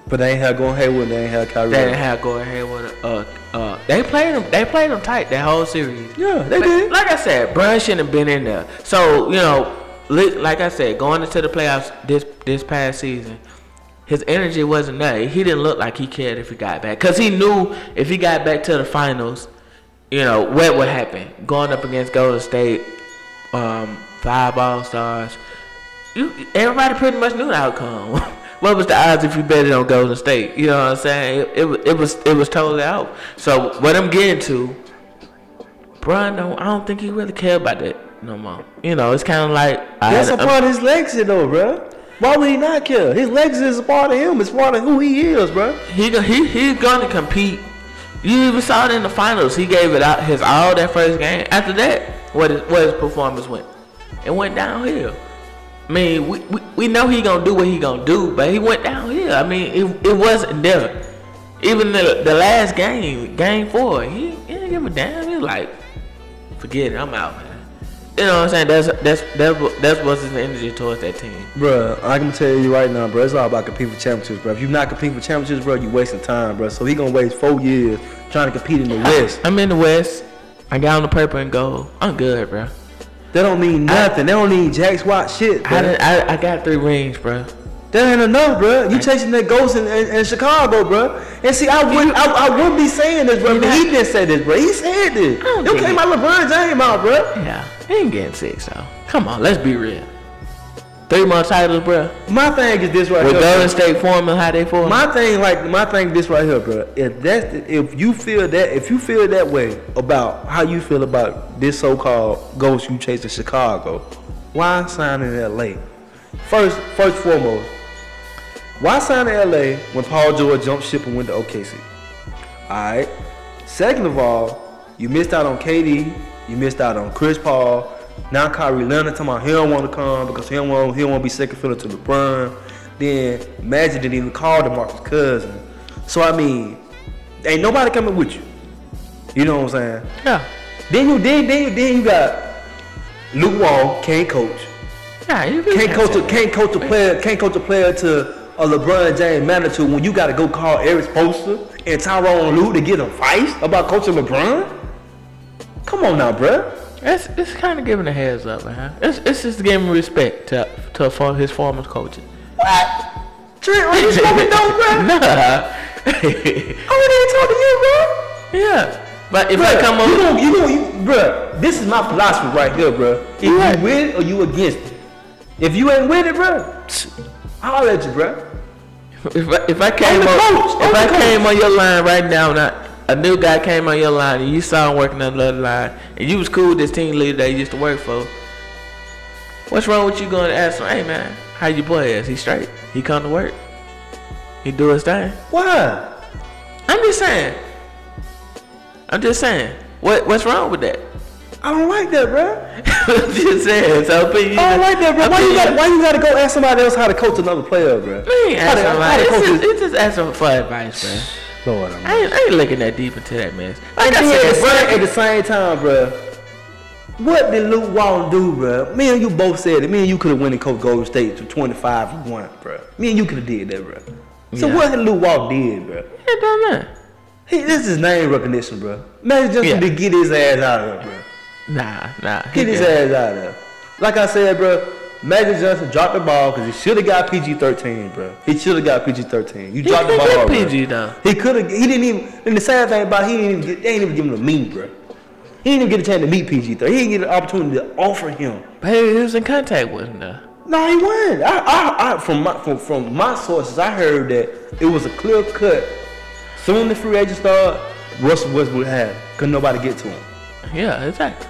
But they ain't had Gordon Hayward and they ain't had Kyrie. They didn't Irving. have go ahead with a, uh, uh, they played them. They played them tight that whole series. Yeah, they Like- did. Like I said, Brun shouldn't have been in there. So you know, li- like I said, going into the playoffs this this past season, his energy wasn't there. He didn't look like he cared if he got back, cause he knew if he got back to the finals, you know what would happen. Going up against Golden State, um, five All Stars, you everybody pretty much knew the outcome. what was the odds if you betted on Golden State? You know what I'm saying? It, it, was- it was it was totally out. So what I'm getting to Brian don't I don't think he really care about that no more. You know, it's kinda like I, That's a I'm- part of his legacy, though, bruh. Why would he not care? His legacy is a part of him. It's part of who he is, bruh. he go- he he's gonna compete. You even saw it in the finals. He gave it out his all that first game. After that, what his, what his performance went? It went downhill. I mean, we, we, we know he gonna do what he gonna do, but he went downhill. I mean, it, it wasn't there. Even the the last game, game four, he, he didn't give a damn. He was like, forget it, I'm out, man. You know what I'm saying? That's that's that's what- that's what's his energy towards that team. Bruh, I can tell you right now, bruh, it's all about competing for championships, bruh. If you're not competing for championships, bruh, you wasting time, bruh. So he gonna waste four years trying to compete in the West. I'm in the West. I got on the purple and gold. I'm good, bro. That don't mean nothing. They don't need jack squat shit. I, bruh. done, I I got three rings, bro. That ain't enough, bruh. You chasing that ghost in, in, in Chicago, bruh. And see, I wouldn't, I, I wouldn't be saying this, bruh. But he didn't say this, bruh. He said this. don't You get came it. my LeBron James out, bruh. Yeah, he ain't getting six though. Come on, let's be real. Three more titles, bro. My thing is this right With here. Golden bruh. State forming how they form. My thing, like my thing, this right here, bruh. If that's, the, if you feel that, if you feel that way about how you feel about this so-called ghost you chasing Chicago, why sign in L.A. First, first foremost, why sign in L.A. when Paul George jumped ship and went to OKC? Alright. Second of all, you missed out on KD. You missed out on Chris Paul. Now Kyrie Leonard talking about he don't want to come because he don't want he don't want to be second fiddle to LeBron. Then Magic didn't even call DeMarcus Cousins. So I mean, ain't nobody coming with you. You know what I'm saying? yeah, Then you then then you then you got Luke Wall can't coach. yeah, you really Can't coach say a, can't coach a player can't coach a player to a LeBron James magnitude when you got to go call Eric Spoelstra and Tyrone Lue to get advice about coaching LeBron. Come on now, bruh. that. It's it's kind of giving a heads up, man. It's it's just giving respect to to for his former coaches. What? Trent, Oh, are you talking dope, bruh? nah. I wouldn't even talk to you, bruh. yeah, but if Bruh, I come you over, don't, you don't, you, bruh. This is my philosophy right here, bruh. If you Right. with it or you against it. If you ain't with it, bruh, I'll let you, bruh. If I, if I came the on, coach. if I'm I the coach. came on your line right now, and I, a new guy came on your line, and you saw him working on another line, and you was cool with this team leader that you used to work for. What's wrong with you going to ask him? Hey man, how your boy is? He straight? He come to work? He do his thing? Why? I'm just saying. I'm just saying. What what's wrong with that? I don't like that, bruh. I'm just saying. So opinion. I don't like that, bro. Why you, gotta, why you gotta go ask somebody else how to coach another player, bro? Man, How to- asking how to like, it's, coach just, this- it's just asking for advice, man. Lord, I'm- I ain't, I ain't looking that deep into that mess. Like And I then at the, said, same, Brian- at the same time, bruh, what did Luke Walton do, bruh? Me and you both said it. Me and you could have went and coached Golden State to 25 and 1, bruh. Me and you could have did that, bruh. So Yeah. what did Luke Walton did, bruh? Yeah, don't know. He, this is name recognition, bruh. Man, just Yeah. to get his ass out of there, bruh. Nah, nah. he Get his good. ass out of there. Like I said, bruh, Magic Johnson dropped the ball because he should have got PG 13, bruh. He should have got PG 13. You He dropped the could ball. get bruh. PG though. He could have. He didn't even. And the sad thing about it, he didn't even get. They ain't even give him a meet, bruh. He didn't even get a chance to meet PG three. He didn't get an opportunity to offer him. But he was in contact with him though. No, he won. I, I, I from my from, from my sources, I heard that it was a clear cut. Soon the free agent started, Russell Westbrook had. Could nobody get to him? Yeah, exactly.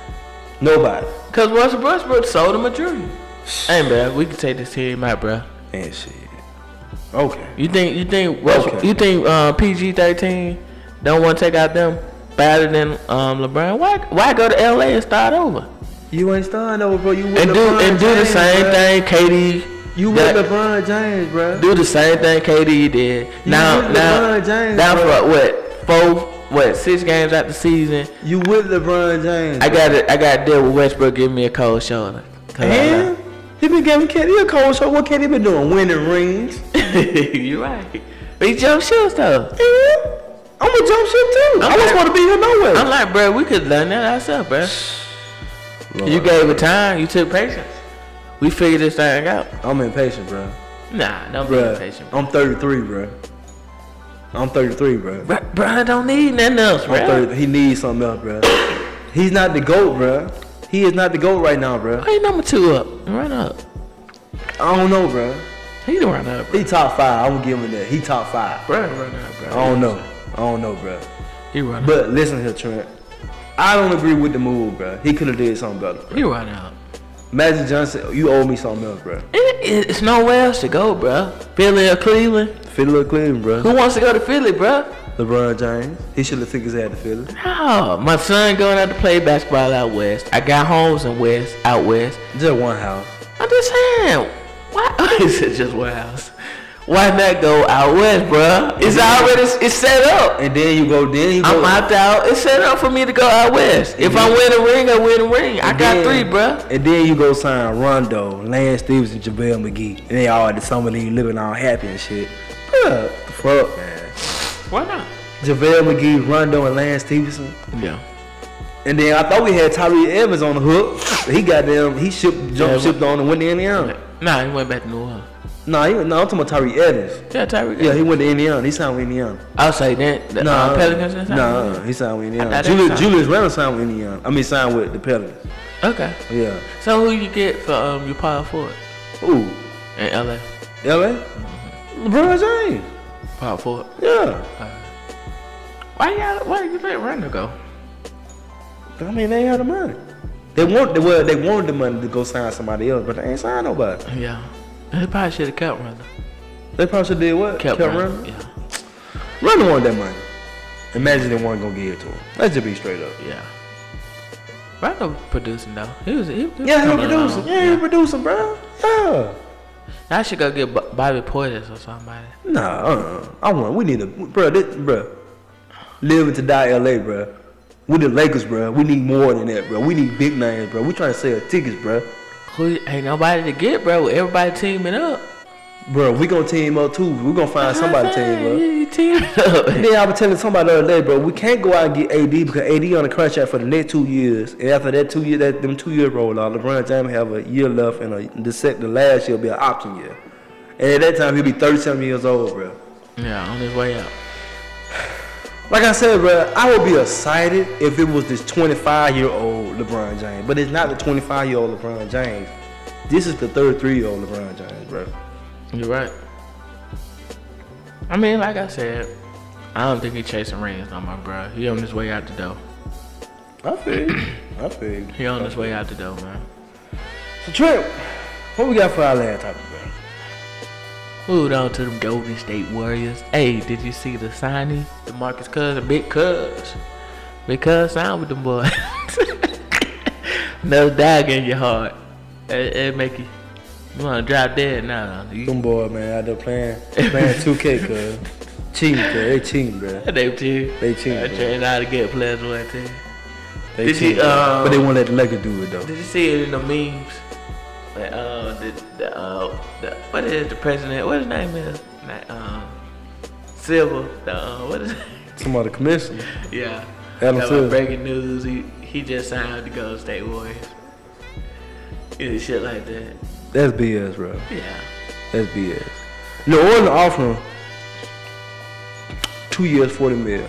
Nobody. Cause Russell Westbrook sold him a dream. Hey, bro, we can take this team out, bro. And shit. Okay. You think you think Russell, Okay. you think uh, PG thirteen Don't want to take out them better than um, LeBron. Why? Why go to LA and start over You ain't starting over, bro. You with and do LeBron and do the James, same bruh. thing, Katie? You with that- LeBron James, bro. do the same thing KD did. now, with now, LeBron James, now bro. for what four, what six games out the season, You with LeBron James. I got it. I got deal with Westbrook giving me a cold shoulder. 'Cause And he been giving KD a cold show. What KD been doing? Winning rings. I- you right. But he jumped shoes though. I'm gonna jump shit too. I'm I was Okay. supposed to be here nowhere. I'm like, bro, we could learn that ourselves, bro. You gave it time. You took patience. We figured this thing out. I'm impatient, bro. Nah, don't Bruh, be impatient, bro. I'm 33, bro. I'm 33, bro. Bro, bro, I don't need nothing else, bro. I'm 30, he needs something else, bro. He's not the goat, bro. He is not the goat right now, bro. Why you number two up? Run up. I don't know, bro. He the run up, bro. He top five. I'm gonna give him that. He top five. Bro, run up, bro. I don't know. I don't know, bro. He run up. But listen here, Trent. I don't agree with the move, bro. He could have did something better. Bro. He run up. Magic Johnson, you owe me something else, bro. It- it- It's nowhere else to go, bro. Philly or Cleveland? Philly look clean, bro. Who wants to go to Philly, bro? LeBron James, he should have took his head to Philly. No, my son going out to play basketball out west. I got homes in west, out west. Just one house. I'm just saying, why is it just one house? Why not go out west, bro? It's already it's set up. And then you go, then you go. I'm out out. It's set up for me to go out west. If I win a ring, I win a ring. I got Then- three, bro. And then you go sign Rondo, Lance Stevens, and JaVale McGee. And they all at the summer league living all happy and shit. Bruh, what the fuck, man. Why not? JaVale McGee, Rondo, and Lance Stevenson. Yeah. And then I thought we had Tyree Evans on the hook. but He got them, he shipped, Yeah, jumped, shipped on and went to Indiana. Nah, he went back to New Orleans. Nah, he, nah, I'm talking about Tyree Evans. Yeah, Tyreek. Yeah, he went to Indiana. He signed with Indiana. I'll say that. The, Nah, uh, Pelicans. and Nah, something? he signed with Indiana. thought they Julius, signed- Julius Randle signed with Indiana. I mean, signed with the Pelicans. Okay. Yeah. So who you get for um your power forward Ooh, in LA? LA? LeBron James. Power forward. Yeah. Why y'all? Why you let Rondo go? I mean, they had the money. They want the well, they wanted the money to go sign somebody else, but they ain't signed nobody. Yeah. They probably should have kept Rondo. They probably should did what? Kept, Kept Rondo. running. Yeah. Running wanted that money. Imagine they weren't gonna give it to him. Let's just be straight up. Yeah. Rondo producing though. He was. He was Yeah, he coming producing. along. Yeah, he producing, bro. Yeah. I should go get Bo- Bobby Portis or somebody. Nah, uh-uh. I want. We need a bro. This, bro, living to die, L.A. Bro, we the Lakers, bro. We need more than that, bro. We need big names, bro. We trying to sell tickets, bro. Who ain't nobody to get, bro? With everybody teaming up. Bro, we gonna team up too. We gonna find somebody to team up. Yeah, you teaming up. And then I was telling somebody the other day, bro, we can't go out and get AD because AD on the contract for the next two years. And after that two year, that them two year roll out, LeBron James have a year left, and a, the sec, the last year will be an option year. And at that time, he'll be 37 years old, bro. yeah, on his way out. Like I said, bro, I would be excited if it was this 25 year old LeBron James, but it's not the 25 year old LeBron James. This is the 33 year old LeBron James, bro. You're right. I mean, like I said, I don't think he chasing rings no more, bro. He on his way out the door. I feel you. I feel you. He on his way out the door, man. So, Trent, what we got for our last topic, bro? Moved on to them Golden State Warriors. Hey, did you see the signing? The Marcus Cousins, Big Cuz. Big Cuz signed with them boys. no dog in your heart. It, it make you, you want to drop dead? Nah, nah. You, Them boy, man, out there playing, playing 2K, cuz. Cheating, cuz. They cheating, bro. they too. They cheating, I bro. trained how to get players one too. They Did he, cheating. uh, but they won't let the Lakers do it, though. Did you see it in the memes? Like, uh, the, the, uh, the, what is the president? What his name is? Like, um, Silver. The, uh, what is? Some other commission. yeah. Adam That was Silver. Breaking news. He he just signed with the Golden State Warriors. Yeah, shit like that. That's BS, bro. Yeah. That's BS. New Orleans offering two years, 40 mil.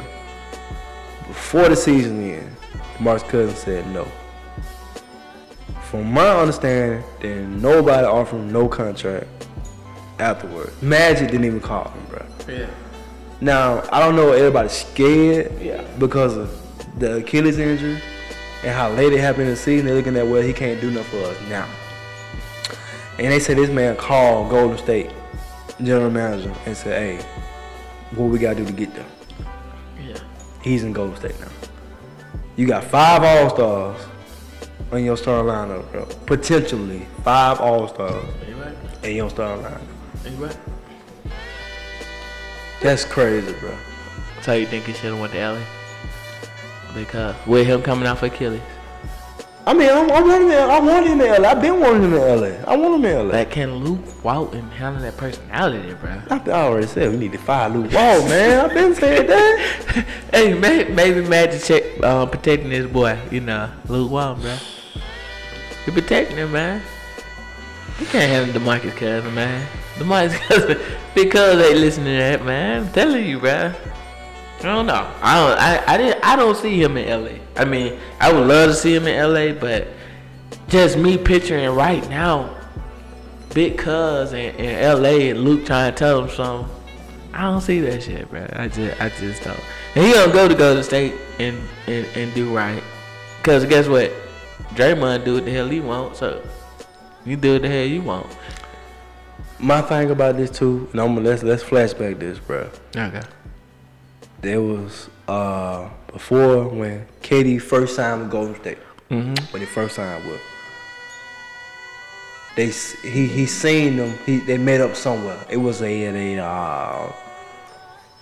Before the season end, Mark's cousin said no. From my understanding, there ain't nobody offering no contract afterward. Magic didn't even call him, bro. Yeah. Now I don't know. if Everybody's scared Yeah. because of the Achilles injury and how late it happened in the season. They're looking at well, he can't do nothing for us now. And they said this man called Golden State general manager and said, "Hey, what we gotta do to get them?" Yeah. He's in Golden State now. You got five All Stars on your starting lineup, bro. Potentially five All Stars You right? in your starting lineup. You right? That's crazy, bro. So you think he should have went to LA? Because with him coming off Achilles, I mean, I, I want him. In, I want him in LA. I've been wanting him in LA. I want him in LA. like can Luke Walton handle that personality, bro? I, I already said we need to fire Luke Wall, man. I've been saying that. hey, may, maybe Magic check, uh, protecting this boy, you know, Luke Walton, bro. He protecting him, man. You can't have Demarcus Cousins, man. Demarcus Cousins, because they listening to that, man. I'm telling you, bro. I don't know. I don't. I, I didn't. I don't see him in L.A. I mean, I would love to see him in L.A., but just me picturing right now, Big Cuz in, in L.A. and Luke trying to tell him something. I don't see that shit, bro. I just, I just don't. And he don't go to Golden State and and, and do right, cause guess what? Draymond do what the hell he want, so you do what the hell you want. My thing about this too, and I'm let's let's flashback this, bro. Okay. There was uh before when Katie first signed with Golden State, hmm when he first signed with. They s- he he seen them. He they met up somewhere. It was a, a uh,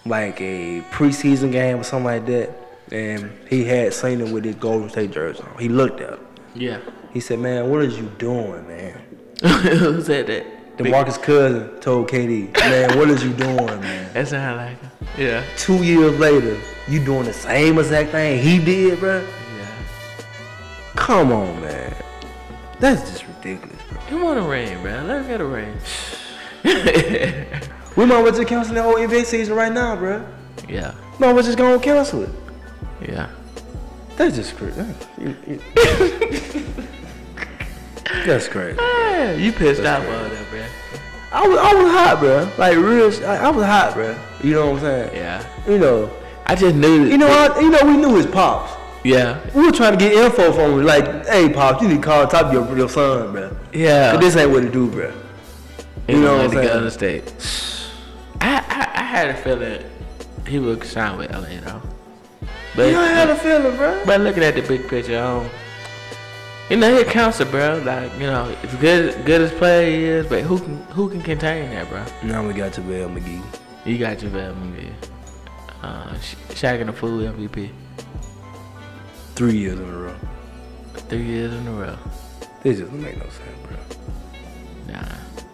like a preseason game or something like that, and he had seen him with his Golden State jersey on. He looked at him. Yeah. He said, "Man, what is you doing, man?" Who said that? DeMarcus Cousins told KD, "Man, what is you doing, man?" That sound like him. Yeah. Two years later, you doing the same exact thing he did, bro. Yeah. Come on, man. That's just ridiculous, bro. He want a ring, bro. Let's get a ring. We might well just cancel the whole NBA season right now, bro. yeah. No, we're just gonna cancel it. Yeah. That's just crazy. That's crazy. Ah, you pissed off all that, bro. I was, I was hot, bro. Like real, sh- I, I was hot, bro. You know what I'm saying? Yeah. You know, I just knew. you know, I, you know, we knew his pops. Yeah. We were trying to get info from him. Like, hey, pops, you need to call top of your, your son, bro. Yeah. But this ain't what to do, bro. You know know what what I'm saying? I'm saying? I, I I had a feeling he would sign with LA though. But You know, I had a feeling, bro. but looking at the big picture, um, you know he a counselor, bro. Like you know, as good good as player he is, but who can who can contain that, bro? Now we got Javale McGee. You got JaVale McGee, uh, Sha- Shaq and the Fool MVP, Three years in a row. three years in a row. This just don't make no sense, bro. Nah,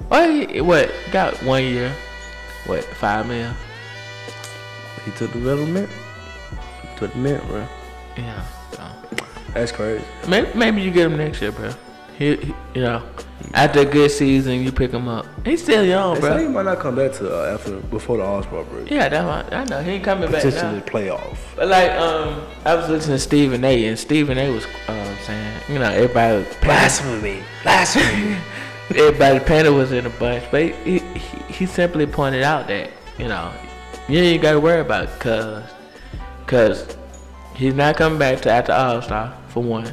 well, he- what got one year, what five mil? He took the little mint. Took the mint, bro. Yeah, so. That's crazy. Maybe, maybe you get him next year, bro. He, he- you know, after a good season, you pick him up. He's still young, They say he bro. might not come back to uh, after before the All Star break. Yeah, that's why I know he ain't coming back Potentially now. playoff. But like, um, I was listening to Stephen A. and Stephen A. was um, saying, you know, everybody, was pan- Blasphemy! Blasphemy! everybody panic was in a bunch, but he, he he simply pointed out that you know you ain't got to worry about it, cause cause he's not coming back to after All Star for one,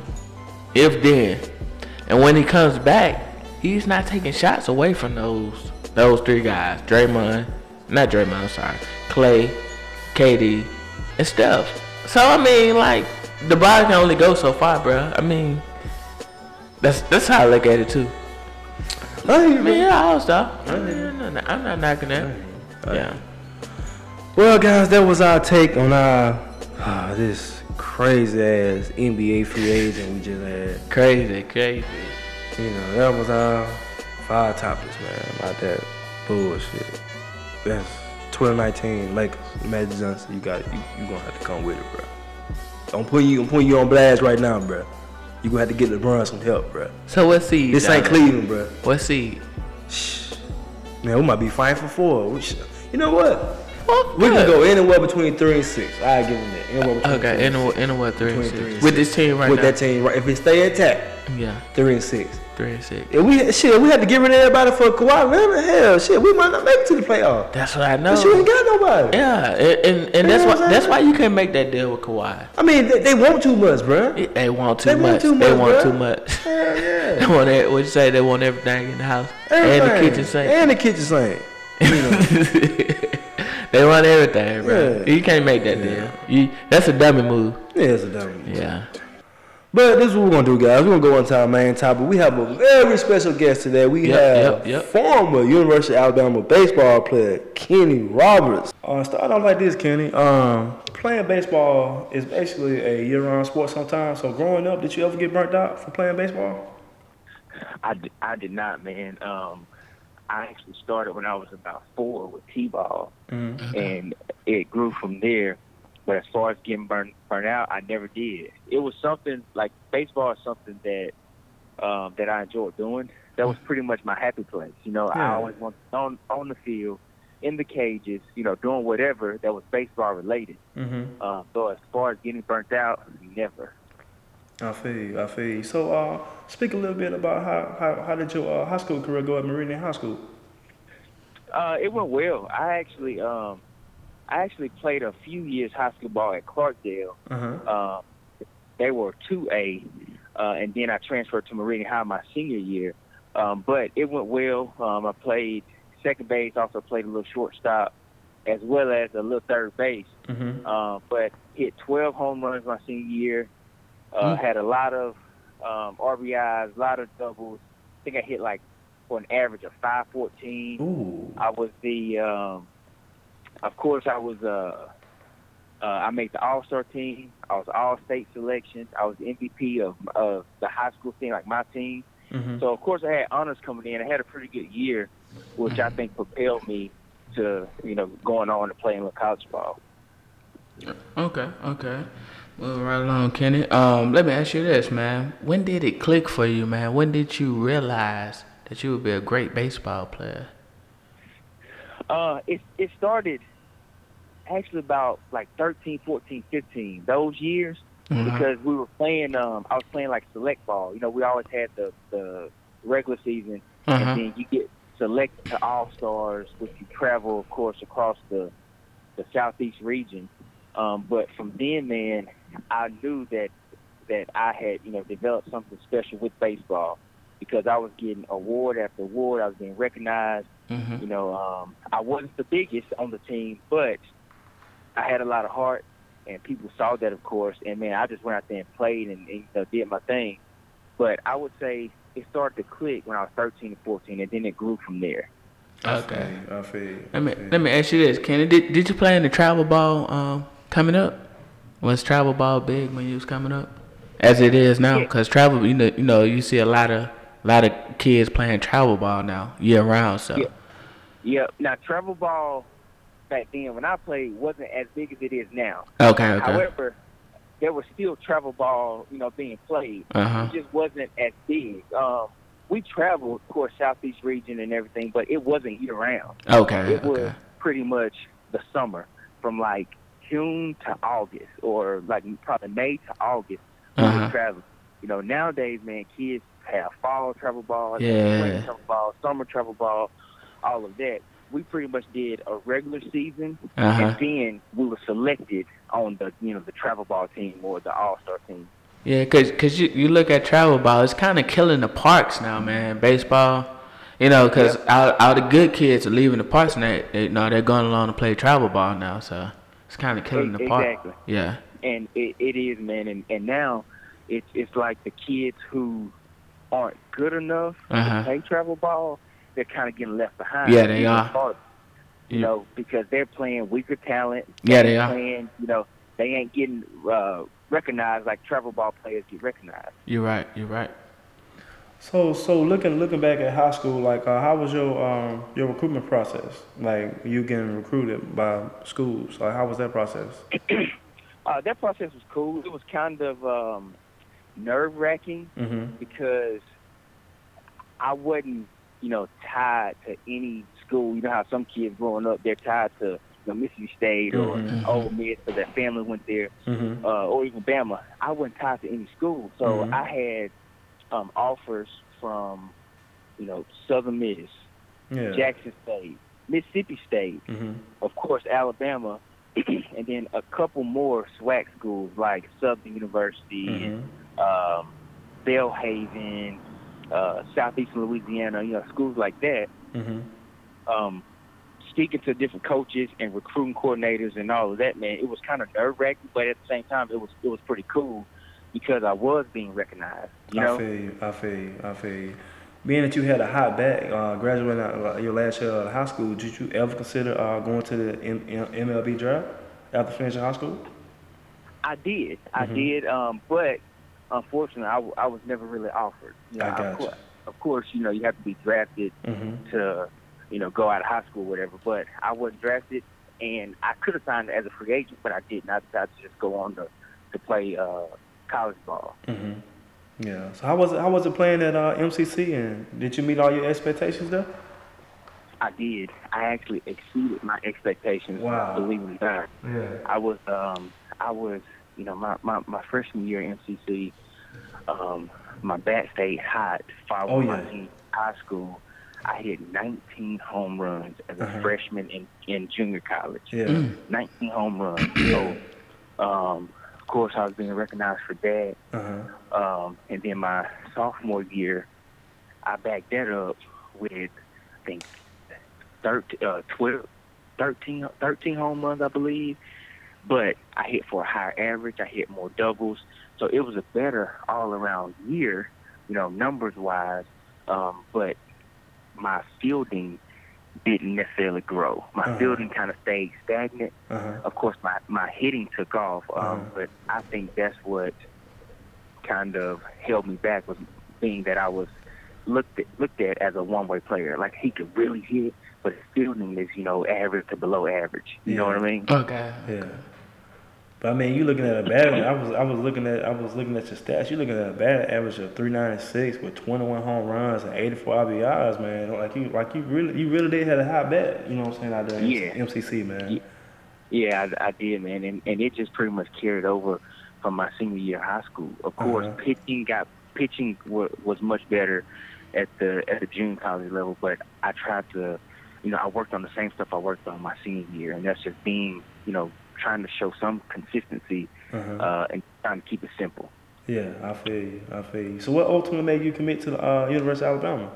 if then, and when he comes back, he's not taking shots away from those those three guys, Draymond, not Draymond, I'm sorry, Clay, KD, and Steph. So I mean, like the body can only go so far, bruh. I mean. That's that's how I look at it too. I mean, yeah, I'll stop. I mean, I'm not- I'm not knocking that. Yeah. Well, guys, that was our take on our ah, this crazy ass NBA free agent we just had. Crazy, crazy. You know, that was our five topics, man, about that bullshit. That's 2019 Lakers. Magic Johnson, you got it. You, you gonna have to come with it, bro. I'm putting you. I'm putting you on blast right now, bro. You gonna have to get LeBron some help, bro. So what seed? This ain't y'all Cleveland, bro. at? What seed? Man, we might be fighting for four. We sh- you know what? Fuck We can that. go anywhere between three and six. I give them that. Anywhere between Okay, three and in the six. in the what three Between and six. three and with six. this team right with now. that team, right? If it stay intact, yeah, three and six. three and six. If we shit, we had to get rid of everybody for Kawhi Leonard. Hell, shit, we might not make it to the playoff. That's what I know. Cause you ain't got nobody. yeah, and and, and that's know why what I'm that's saying? why you can't make that deal with Kawhi. I mean, they, they want too much, bro. It- They want too They much. want too They much, want bruh. too much. Hell they yeah. want that, what you say? They want everything in the house and the Everything. kitchen sink. And the kitchen sink. they They run everything, bro. Yeah. You can't make that deal. You, that's a dummy move. Yeah, it's a dumb. Yeah. But this is what we're gonna do, guys. We're gonna go into our main topic. We have a very special guest today. We Yep, have yep, yep. former University of Alabama baseball player Kenny Roberts. Uh, start off like this, Kenny. Um, Playing baseball is basically a year-round sport sometimes. So growing up, did you ever get burnt out from playing baseball? I, d- I did not, man. Um, I actually started when I was about four with T-ball, Mm-hmm. and it grew from there. But as far as getting burnt burnt out, I never did. It was something like baseball is something that um, that I enjoyed doing. That was pretty much my happy place. You know, I Yeah. always wanted on on the field, in the cages. You know, doing whatever that was baseball related. Mm-hmm. Um, so as far as getting burnt out, never. I feel you. I feel you. So, uh, speak a little bit about how how, how did your uh, high school career go at Meridian High School? Uh, it went well. I actually, um, I actually played a few years high school ball at Clarkdale. Uh-huh. Uh, they were two A, uh, and then I transferred to Meridian High my senior year. Um, but it went well. Um, I played second base, also played a little shortstop, as well as a little third base. Mm-hmm. Uh, but hit 12 home runs my senior year. Mm. Uh, Had a lot of um, RBIs, a lot of doubles. I think I hit like for an average of 514. Ooh. I was the, um, of course, I was. Uh, uh, I made the All Star team. I was All State selection. I was MVP of of the high school team, like my team. Mm-hmm. So of course, I had honors coming in. I had a pretty good year, which I think propelled me to you know going on to playing with college ball. Okay, okay. Moving right along, Kenny. Um, let me ask you this, man. When did it click for you, man? When did you realize that you would be a great baseball player? Uh, it it started actually about like 13, 14, 15, those years because we were playing. Um, I was playing like select ball. You know, we always had the the regular season, Uh-huh. and then you get select to all stars, which you travel, of course, across the the southeast region. Um, but from then, man, I knew that that I had you know developed something special with baseball because I was getting award after award. I was being recognized. Mm-hmm. You know, um, I wasn't the biggest on the team, but I had a lot of heart, and people saw that, of course. And man, I just went out there and played and, and you know, did my thing. But I would say it started to click when I was 13 to 14, and then it grew from there. Okay. I feel you. Let me let me ask you this, Kenny. Did did you play in the travel ball um coming up? Was travel ball big when you was coming up? As it is now, Yeah. because travel, you know, you know, you see a lot of lot of kids playing travel ball now year round. So Yeah. Yeah. Now, travel ball back then when I played wasn't as big as it is now. okay, okay, However, there was still travel ball, you know, being played. uh huh, It just wasn't as big. Um, we traveled, of course, southeast region and everything, but it wasn't year round. okay, It was okay, pretty much the summer, from like June to August, or like probably May to August. We Uh-huh. would travel. You know, nowadays, man, kids have fall travel ball, Yeah. spring travel ball, summer travel ball, all of that. We pretty much did a regular season, Uh-huh. and then we were selected on the you know the travel ball team or the all star team. yeah. Cause, cause you you look at travel ball, it's kind of killing the parks now, man. Baseball, you know, cause all, all the good kids are leaving the parks and they, they you know they're going along to play travel ball now. So it's kind of killing the park. E, exactly. Yeah. and it, it is man and, and now it's it's like the kids who aren't good enough Uh-huh. to play travel ball they're kind of getting left behind Yeah, they Even are. farther, you Yeah. know because they're playing weaker talent Yeah, they They're are. playing you know they ain't getting uh, recognized like travel ball players get recognized You're right. You're right. So, so looking looking back at high school, like uh, how was your um, your recruitment process? Like you getting recruited by schools? Like how was that process? uh, that process was cool it was kind of um, nerve wracking Mm-hmm. because I wasn't, you know, tied to any school. You know how some kids growing up, they're tied to you know, Mississippi State or Mm-hmm. Mhm. Ole Miss or their family went there, Mm-hmm. uh, or even Bama. I wasn't tied to any school, so Mhm. I had um, offers from, you know, Southern Miss, Yeah. Jackson State, Mississippi State, Mm-hmm. of course Alabama, and then a couple more SWAC schools like Southern University and Mm-hmm. um, Bellhaven, uh, southeastern Louisiana, you know, schools like that. Mm-hmm. Um, speaking to different coaches and recruiting coordinators and all of that, man, it was kind of nerve wracking, but at the same time, it was it was pretty cool because I was being recognized. You know, I feel you. I feel you. I feel you. Being that you had a hot back, uh, graduating out, uh, your last year of high school, did you ever consider uh, going to the M- M- MLB draft after finishing high school? I did, I Mm-hmm. did, um, but unfortunately, I, w- I was never really offered. You know, I of, gotcha. course, of course, you know you have to be drafted Mm-hmm. to, you know, go out of high school, or whatever. But I wasn't drafted, and I could have signed as a free agent, but I didn't. I decided to just go on to to play uh, college ball. Mm-hmm. Yeah. So how was it? How was it playing at uh, MCC? And did you meet all your expectations there? I did. I actually exceeded my expectations. Wow. Believe it or not. Yeah. I was um I was you know my my, my freshman year at MCC, um my bat stayed hot following Oh, my yeah. senior year of high school. I hit 19 home runs as a Uh-huh. freshman in, in junior college. Yeah. 19 home runs. So, um, of course, I was being recognized for that. Uh-huh. Um, and then my sophomore year, I backed that up with, I think, 13, uh, 12, 13, 13 home runs, I believe. But I hit for a higher average. I hit more doubles. So it was a better all around year, you know, numbers wise. Um, but my fielding didn't necessarily grow. My Uh-huh. fielding kind of stayed stagnant Uh-huh. of course my, my hitting took off um, Uh-huh. but i think that's what kind of held me back was being that i was looked at, looked at as a one way player like he could really hit but his fielding is you know average to below average you know Yeah. what i mean Okay. Yeah. But I mean, you looking at a bad. I was I was looking at I was looking at your stats. You looking at a bad average of three ninety six with twenty one home runs and eighty four RBIs, man. Like you like you really you really did have a high bet. You know what I'm saying out there, in Yeah. MCC man. Yeah. yeah i, I did man and, and it just pretty much carried over from my senior year of high school of course Uh-huh. pitching got pitching wa was much better at the at the junior college level but i tried to you know, I worked on the same stuff I worked on my senior year, and that's just being, you know, trying to show some consistency Uh-huh. uh, and trying to keep it simple. Yeah, I feel you. I feel you. So what ultimately made you commit to the uh, University of Alabama?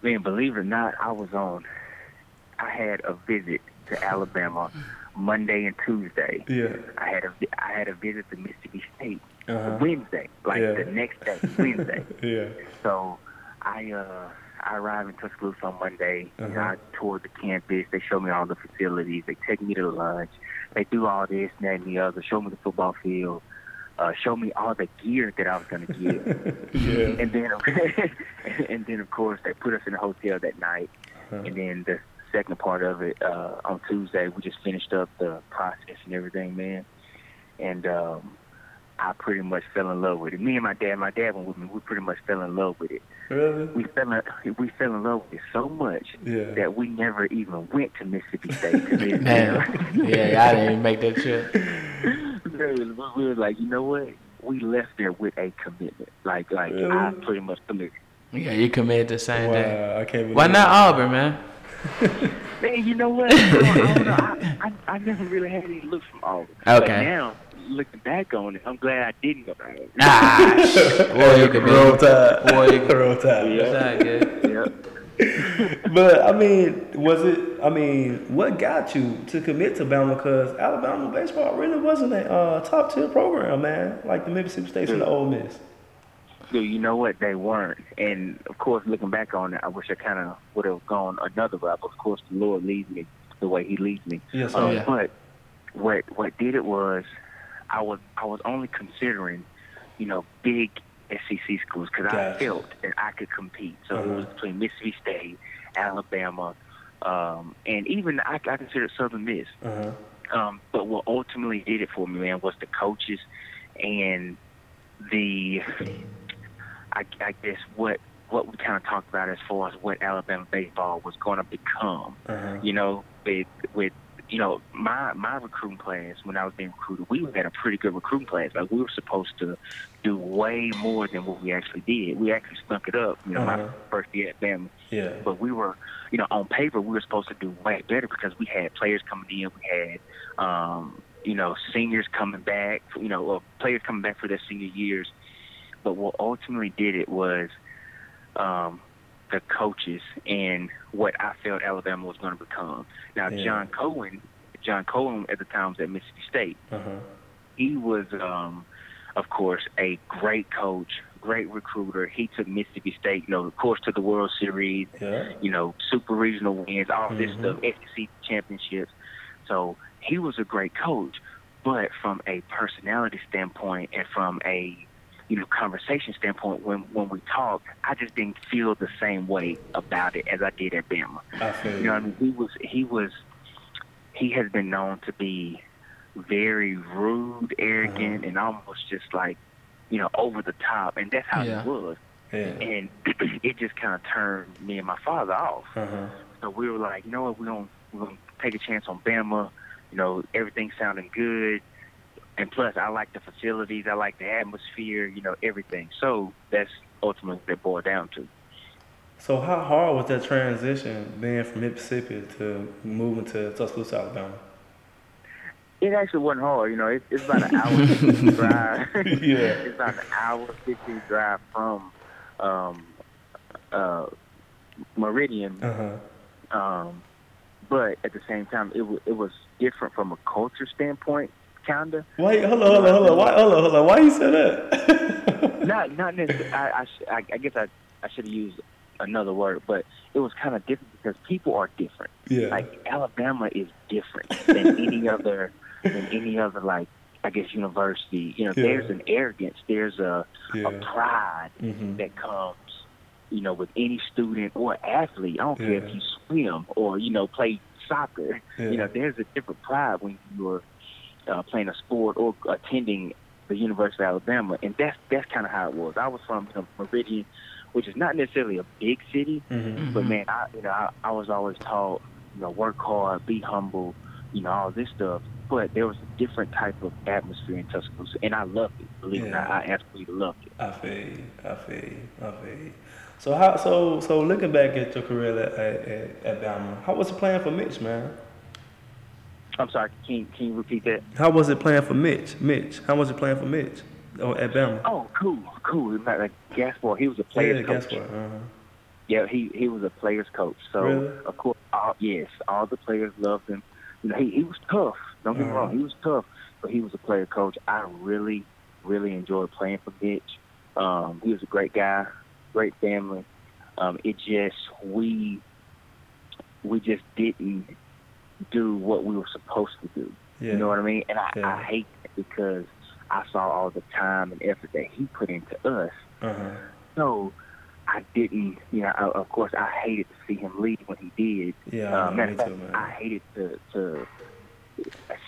Man, believe it or not, I was on. I had a visit to Alabama Monday and Tuesday. Yeah. I had a I had a visit to Mississippi State Uh-huh. Wednesday, like Yeah. the next day, Wednesday. yeah. So I uh I arrived in Tuscaloosa on Monday. You Uh-huh. know, I toured the campus. They showed me all the facilities. They take me to lunch. They do all this, and that, and the other. Show me the football field. Uh, show me all the gear that I was gonna get. Yeah. and then and then of course they put us in a hotel that night. Uh-huh. And then the second part of it uh, on Tuesday, we just finished up the process and everything, man. And um, I pretty much fell in love with it. Me and my dad, my dad went with me. We pretty much fell in love with it Really? we fell in, we fell in love with it so much Yeah. that we never even went to Mississippi State. 'cause it- Man, yeah, I didn't even make that trip. we were like, you know what? We left there with a commitment. Like, like I Really? pretty much committed. Yeah, you committed the same day. Wow, Uh, I can't believe Why not Auburn, man? Man, you know what? I, don't know. I, I, I never really had any looks from Auburn. But Okay. now, looking back on it, I'm glad I didn't go to Auburn. Ah, shit. boy, you could be. Roll Tide. Boy, you could. Roll Tide. It's not good. But I mean, was it? I mean, what got you to commit to Alabama? Because Alabama baseball really wasn't a uh, top tier program, man. Like the Mississippi States and the Ole Miss. Dude, you know what? They weren't. And of course, looking back on it, I wish I kind of would have gone another route. Of course, the Lord leads me the way He leads me. Yes, Um, sir. Yeah. But what what did it was, I was I was only considering, you know, big SEC schools because Gotcha. I felt that I could compete. So it was Uh-huh. between Mississippi State, Alabama, um, and even I, I considered Southern Miss. Uh huh. Um, but what ultimately did it for me, man, was the coaches and the, I, I guess what what we kind of talked about as far as what Alabama baseball was going to become. Uh huh. You know, with with you know my my recruiting class when I was being recruited, we had a pretty good recruiting class. Like we were supposed to do way more than what we actually did. We actually stunk it up. You know, my Uh-huh. first year at Bama Yeah. but we were, you know, on paper we were supposed to do way better because we had players coming in, we had, um, you know, seniors coming back, you know, or players coming back for their senior years. But what ultimately did it was, um, the coaches and what I felt Alabama was going to become. Now, Yeah. John Cohen, John Cohen at the time was at Mississippi State. Uh-huh. He was, um, of course, a great coach, great recruiter. He took Mississippi State, you know, of course, to the World Series Yeah. you know, super regional wins, all this Mhm. stuff, SEC championships. So he was a great coach, but from a personality standpoint and from a you know conversation standpoint, when when we talked, I just didn't feel the same way about it as I did at Bama. I feel You know, what I mean, he was he was he has been known to be very rude, arrogant, and almost just like you know over the top, and that's how Yeah. he was. Yeah. And it just kind of turned me and my father off. Uh-huh. So we were like, you know what, we're gonna we're gonna take a chance on Bama. You know, everything's sounding good, and plus, I like the facilities, I like the atmosphere, you know, everything. So that's ultimately what it boiled down to. So how hard was that transition being from Mississippi to moving to Tuscaloosa, Alabama? It actually wasn't hard, you know. It, it's about an hour 15 drive. Yeah. it's about an hour fifteen drive from um, uh, Meridian, Uh-huh. um, but at the same time, it w- it was different from a culture standpoint, kinda. Wait, hold on, hold on, hold on. Why, hold on, hold on. Why you said that? not not necessarily. I, I, sh- I, I guess I, I should have used another word, but it was kind of different because people are different. Yeah. Like Alabama is different than any other than any other like I guess university. You know, Yeah. there's an arrogance, there's a Yeah. a pride Mhm. that comes. You know, with any student or athlete, I don't care Yeah. if you swim or you know play soccer. Yeah. You know, there's a different pride when you're uh, playing a sport or attending the University of Alabama, and that's that's kind of how it was. I was from you know, Meridian, which is not necessarily a big city, Mhm. but man, I you know I, I was always taught you know work hard, be humble, you know all this stuff. But there was a different type of atmosphere in Tuscaloosa, and I loved it. Believe it or not, Yeah. I absolutely loved it. I feel you. I feel you. I feel you. So how? So so looking back at your career at at, at, at Bama, how was it playing for Mitch, man? I'm sorry, can you- can you repeat that? How was it playing for Mitch? Mitch, how was it playing for Mitch? Oh, at Bama. Oh, cool, cool. Like, like Gaspar, he was a player yeah, coach. guess what? Uh-huh. Yeah, he he was a players coach. So Really? of course, all, yes, all the players loved him. You know, he he was tough. Don't get me Uh-huh. wrong, he was tough, but he was a player coach. I really really enjoyed playing for Mitch. Um, he was a great guy, great family. Um, it just we we just didn't do what we were supposed to do. Yeah. You know what I mean? And I, Yeah. I hate that because I saw all the time and effort that he put into us Uh-huh. no, I didn't. You know, I, of course, I hated to see him leave when he did. Yeah, Uh, I know, matter me of fact, too, man. I hated to to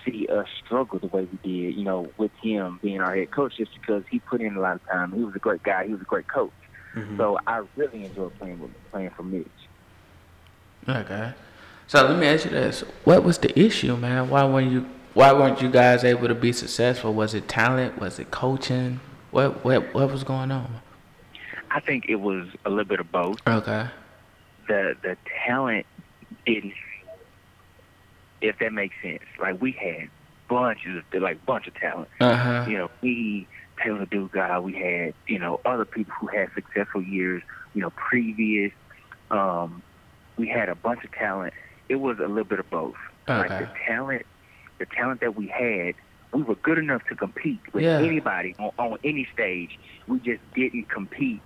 see us struggle the way we did. You know, with him being our head coach, just because he put in a lot of time. He was a great guy. He was a great coach. Mm-hmm. So I really enjoyed playing with playing for Mitch. Okay. So let me ask you this: What was the issue, man? Why weren't you Why weren't you guys able to be successful? Was it talent? Was it coaching? What What What was going on? I think it was a little bit of both. Okay. the the talent didn't if that makes sense. Like we had bunches of like bunch of talent. Uh huh. You know, we Taylor Dugai, we had, you know, other people who had successful years, you know, previous. Um, we had a bunch of talent. It was a little bit of both. Like Okay. the talent the talent that we had, we were good enough to compete with Yeah. anybody on, on any stage. We just didn't compete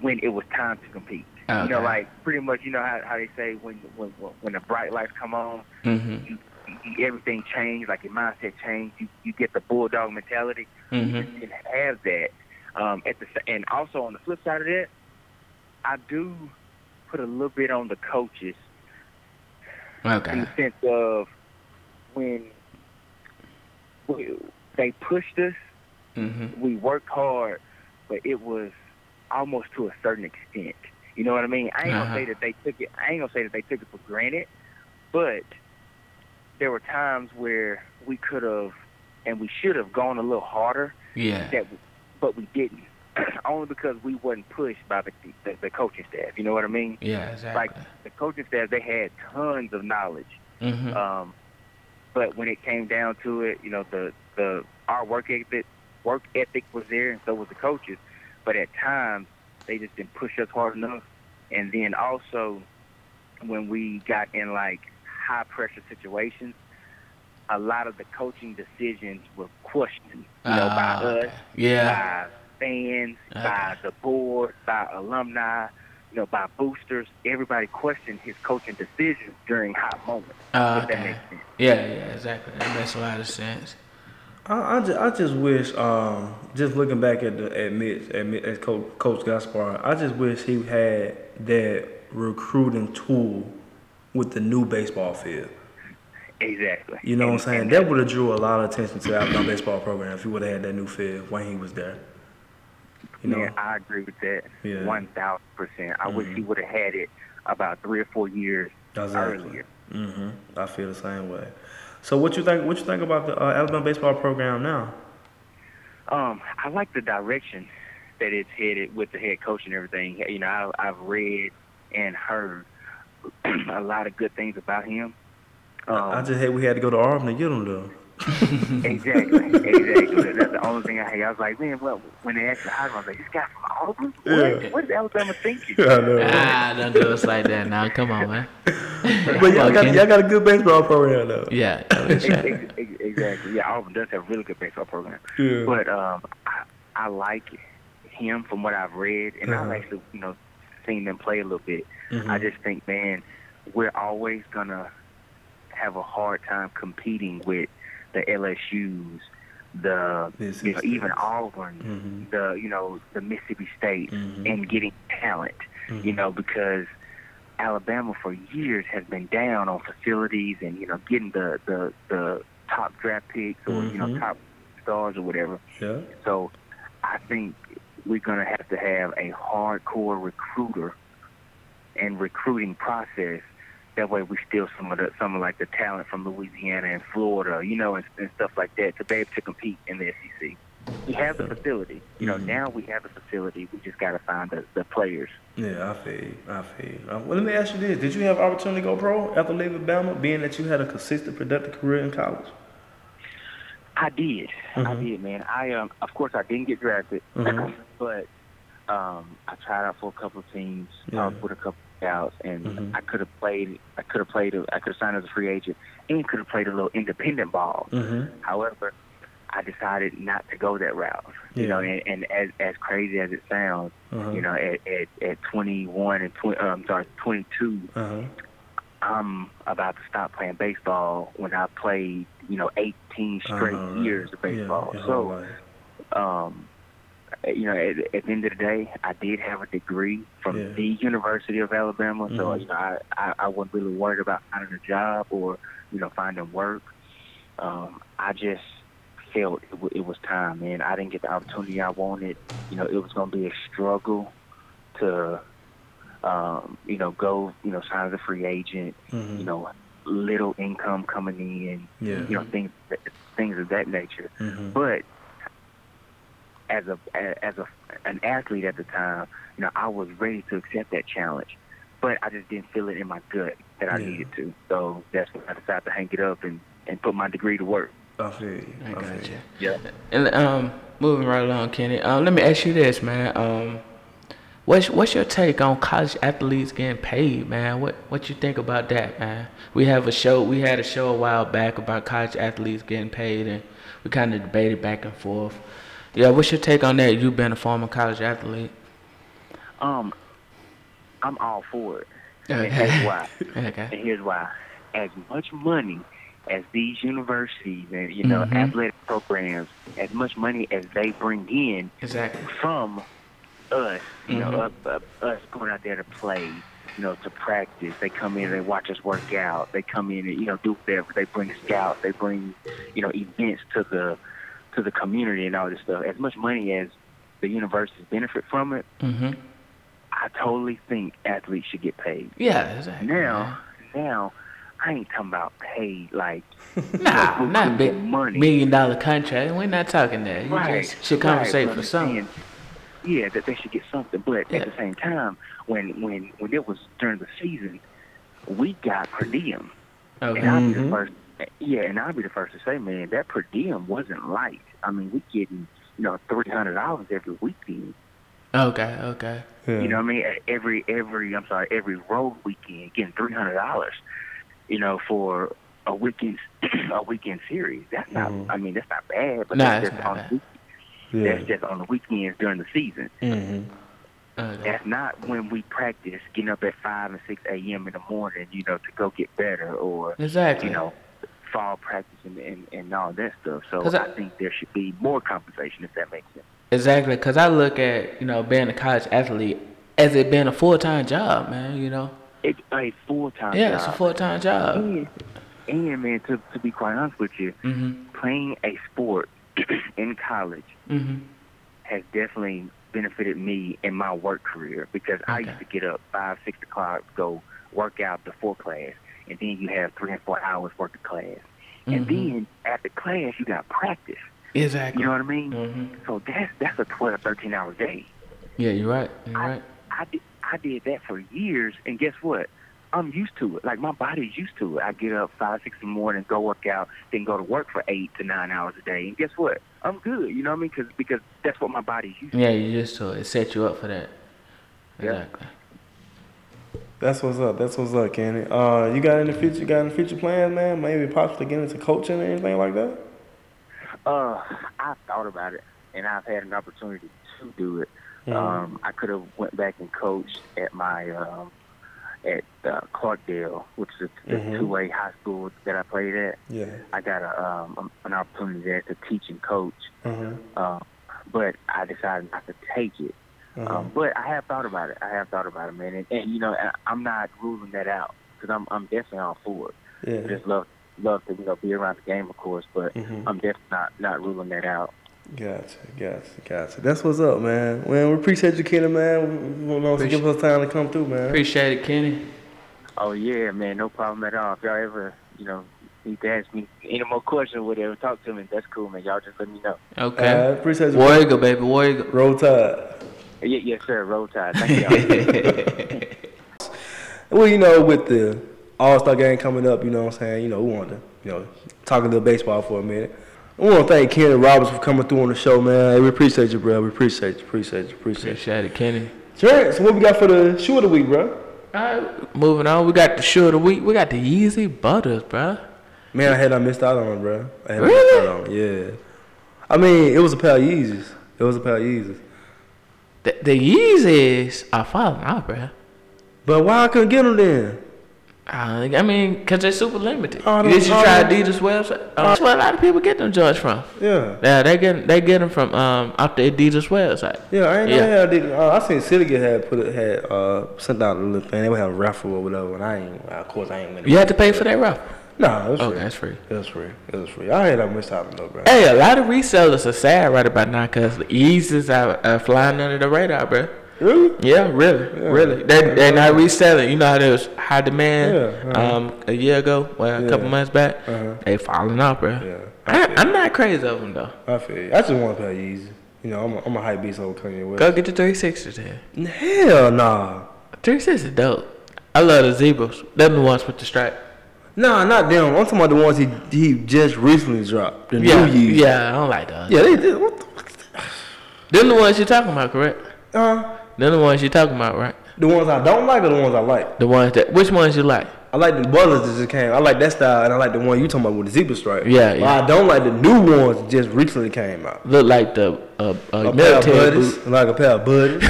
when it was time to compete. You know, Okay. like pretty much, you know how, how they say when when when the bright lights come on, Mhm. you, you, everything changed, like your mindset changed. You, you get the bulldog mentality. You Mhm. just didn't have that. Um, at the s- and also on the flip side of that, I do put a little bit on the coaches in Okay. the sense of when we, they pushed us, Mhm. we worked hard, but it was almost to a certain extent. You know what I mean? I ain't Uh-huh. gonna say that they took it. I ain't gonna say that they took it for granted, but there were times where we could have and we should have gone a little harder. Yeah. That, but we didn't, only because we wasn't pushed by the the, the coaching staff. You know what I mean? Yeah. Like Exactly. the coaching staff, they had tons of knowledge. Mhm. Um, but when it came down to it, you know, the the our work ethic work ethic was there, and so was the coaches. But at times, they just didn't push us hard enough, And then also, when we got in like high pressure situations, a lot of the coaching decisions were questioned, you know, Ah, by us, yeah. by fans, Ah. Okay. by the board, by alumni, you know, by boosters. Everybody questioned his coaching decisions during hot moments. Ah, if that okay. makes sense. Yeah, yeah, exactly. That makes a lot of sense. I, I, just, I just wish, um, just looking back at the at Mitch, at, Mi- at Coach, Coach Gaspar, I just wish he had that recruiting tool with the new baseball field. Exactly. You know what I'm And- saying? and That would have drew a lot of attention to the Alabama baseball program if he would have had that new field when he was there. You know? Yeah, I agree with that. Yeah. Mm-hmm. One thousand percent. I wish he would have had it about three or four years Exactly. earlier. hmm I feel the same way. So what you think? What you think about the uh, Alabama baseball program now? Um, I like the direction that it's headed with the head coach and everything. You know, I, I've read and heard a lot of good things about him. I Um, just hate we had to go to Auburn to get them though. exactly, exactly. That's the only thing I hate. I was like, man, well, when they asked me, I was like, this guy from Auburn? What? Yeah. What is Alabama thinking? I know. Ah, don't do us like that now. Come on, man. But y'all got, Fucking- y'all got a good baseball program though. yeah. that was- Ex- ex- ex- exactly. Yeah, Auburn does have a really good baseball program. Yeah. But um, I, I like him from what I've read, and Uh-huh. Mm-hmm. I've actually you know seen them play a little bit. I just think, man, we're always gonna have a hard time competing with the LSU's, the This you is Mm-hmm. know, even Auburn, the you know the Mississippi State, and getting talent. Mm-hmm. You know because Alabama for years has been down on facilities and you know getting the the, the top draft picks or you Mm-hmm. know top stars or whatever. Yeah. So I think we're going to have to have a hardcore recruiter and recruiting process. That way, we steal some of the some of like the talent from Louisiana and Florida, you know, and, and stuff like that, to be able to compete in the SEC. We have the facility, you know. Now we have the facility. We just got to find the, the players. Yeah, I feel you. I feel you. Uh, well, let me ask you this: Did you have opportunity to go pro after leaving Bama, being that you had a consistent, productive career in college? I did. I Mm-hmm. did, man. I um, of course, I didn't get drafted, but um, I tried out for a couple of teams, Yeah. Mm-hmm. talked with a couple of scouts, and I could have played. I could have played. A, I could have signed as a free agent, and could have played a little independent ball. Mm-hmm. However, I decided not to go that route. You Yeah. know, and, and as as crazy as it sounds, Uh-huh. you know, at at, at 21 and 20, um, sorry, 22, Uh huh. I'm about to stop playing baseball when I played, you know, 18 Uh-huh. straight years of baseball. so um, you know, at, at the end of the day, I did have a degree from Yeah. the University of Alabama, so Mhm. you know, I, I I wasn't really worried about finding a job or you know finding work. Um, I just felt it, w- it was time, man. I didn't get the opportunity I wanted. You know, it was going to be a struggle to, um, you know, go, you know, sign as a free agent. You know, little income coming in. Mm-hmm. Yeah. You know, things things of that nature. Mhm. But as a as a an athlete at the time, you know, I was ready to accept that challenge, but I just didn't feel it in my gut that I Yeah. needed to. So that's when I decided to hang it up and and put my degree to work. I feel you. I I feel got you. Yeah. And um, moving right along, Kenny. Um, let me ask you this, man. Um, what's what's your take on college athletes getting paid, man? What what you think about that, man? We have a show. We had a show a while back about college athletes getting paid, and we kind of debated back and forth. Yeah, what's your take on that? You being a former college athlete. Um, I'm all for it, Uh, and Okay. here's why. Okay. And here's why. As much money as these universities and you know athletic programs, as much money as they bring in, Exactly. from us, you know, up, up, us going out there to play, you know, to practice. They come in, they watch us work out. They come in and you know do whatever. They bring scouts. They bring, you know, events to the to the community and all this stuff. As much money as the universities benefit from it, Mhm. I totally think athletes should get paid. Yeah. Exactly. Now, now, I ain't talking about paid like Nah, not big money. million dollar contract. We're not talking that. You Right. just should right, compensate but for I'm something. saying, Yeah, that they should get something. But Yeah. at the same time, when when when it was during the season, we got per diem, Okay. and I'll be the first. Yeah, and I'll be the first to say, man, that per diem wasn't light. I mean, we getting you know three hundred dollars every weekend. Okay, okay. Yeah. You know what I mean? E, Every every I'm sorry, every road weekend getting three hundred dollars, you know, for a weekend a weekend series. That's not I mean, that's not bad, Mm-hmm. but Nah, that's it's just not on bad. the week, yeah. that's just on the weekends during the season. okay. That's not when we practice getting up at five and six AM in the morning, you know, to go get better or Exactly. you know, fall practice and, and, and all that stuff. So 'Cause I, I- think there should be more compensation if that makes sense. Exactly, because I look at, you know, being a college athlete as it being a full time job, man, you know? It's a full time Yeah, job. it's a full time job. And, and man, to, to be quite honest with you, playing a sport in college Mhm. has definitely benefited me in my work career because I Okay. used to get up five, six o'clock, go work out before class, and then you have three and four hours worth of class. And then after class, you got practice. Exactly. You know what I mean? So that's that's a 12, 13 hour day. yeah, you're right. You're I- right. I did, I did that for years, and guess what? I'm used to it. Like my body's used to it. I get up five, six in the morning, go work out, then go to work for eight to nine hours a day, and guess what? I'm good. You know what I mean? Cause, because that's what my body's used. Yeah, you just so it set you up for that. Yeah. Exactly. That's what's up. That's what's up, Kenny. Uh, you got any future? You got any future plans, man? Maybe possibly get into coaching or anything like that. to. Uh, I've thought about it, and I've had an opportunity to do it. Um, I could have went back and coached at my um, at uh, Clarkdale, which is the two-way high school that I played at. Yeah. I got a um, an opportunity there to teach and coach. Uh-huh. uh, but I decided not to take it. Uh-huh. Um, but I have thought about it. I have thought about it, man. And, and you know, I, I'm not ruling that out because I'm I'm definitely all for it. I Yeah. just love love to you know be around the game, of course, but I'm definitely not not ruling that out. Gotcha. Gotcha. Gotcha. That's what's up, man. Man, we appreciate you, Kenny, man. We, we want to give us time to come through, man. Appreciate it, Kenny. Oh yeah, man, no problem at all. If y'all ever you know need to ask me any more questions or whatever, talk to me. That's cool, man. Y'all just let me know. All right, Okay. appreciate you. War Eagle, baby. War Eagle. Roll Tide. Yeah, yes, sir. Roll Tide. Thank y'all. Well, you know, with the All Star game coming up, you know what I'm saying? You know, we want to, you know, talk a little baseball for a minute. We want to thank Ken Roberts for coming through on the show, man. Hey, we appreciate you, bro. We appreciate you, appreciate you, appreciate you. Appreciate it, Kenny. Sure. So, what we got for the shoe of the week, bro? All right, moving on. We got the shoe of the week. We got the Yeezy Butters, bro. Man, I had I missed out on, bro. I had Really? I missed out on, yeah. I mean, it was a pair of Yeezys. It was a pair of Yeezys. The, the Yeezys are falling out, bro. But why I couldn't get them then? Uh, I I mean, because they're super limited. Oh, them- Did you oh, try them- Adidas website? Oh, that's where a lot of people get them joints from. Yeah. Yeah, they get they get them from um off the Adidas website. Yeah, I ain't know Yeah. how I did. Uh, I seen City get had put it, had uh, sent out a little thing. They would have a raffle or whatever, and I ain't. Of course, I ain't winning. You had to pay for that rough. Nah, it was Oh, free. that's free. It was free. It was free. I had I missed out on though, bro. Hey, a lot of resellers are sad right about now because the Yeezys are, are flying under the radar, bro. Really? Yeah, really, really. They they're not reselling. You know how there was high demand Yeah, uh-huh. um a year ago, well, a couple Yeah. months back. Uh-huh. They falling off, bro. Yeah, I I, I'm not crazy of them though. I feel you. I just want to play Yeezy. You know, I'm a, I'm a hype beast over Kanye West. Go get the 360 then. Hell nah. 360 dope. I love the zebras. Them the ones with the stripe. Nah, not them. I'm talking about the ones he he just recently dropped. The Yeah, new Yeezy. yeah. I don't like those. Yeah, they did. What the fuck? Them the ones you're talking about, correct? Uh, Them the ones you're talking about, right? the ones I don't like are the ones I like. The ones that which ones you like? I like the buzzers that just came. I like that style, and I like the one you talking about with the zebra stripe. Yeah, But yeah. I don't like the new ones that just recently came out. Look like the uh, A uh, pair of military buddies, boot. like a pair of buddies.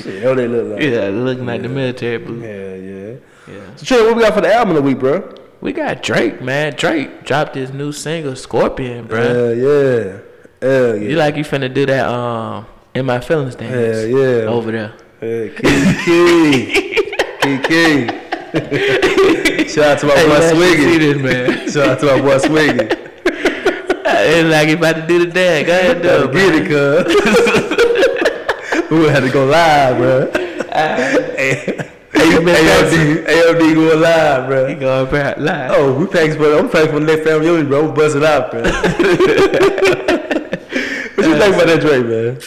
Shit, know they look like. Yeah, looking like the military boot. yeah, yeah. Yeah. So, Trey, what we got for the album of the week, bro? We got Drake, man. Drake dropped his new single, Scorpion, bruh. Hell yeah. Hell yeah. You like you finna do that um in my feelings dance Hell yeah. over there. Hey, Kiki. Kiki. Shout out to Oh, my boy Hey, man, you see Swiggy. this man? Shout out to my boy Swiggy. it's like you about to do the dance. Go ahead, do it. Get it, cuz. we had to go live, bro. you been AOD, AOD going live, bro. bro. Go up there live. Oh, we thanks for I'm thanks for the next family reunion, bro. I'm busting out, bro. what you think about that Drake, man?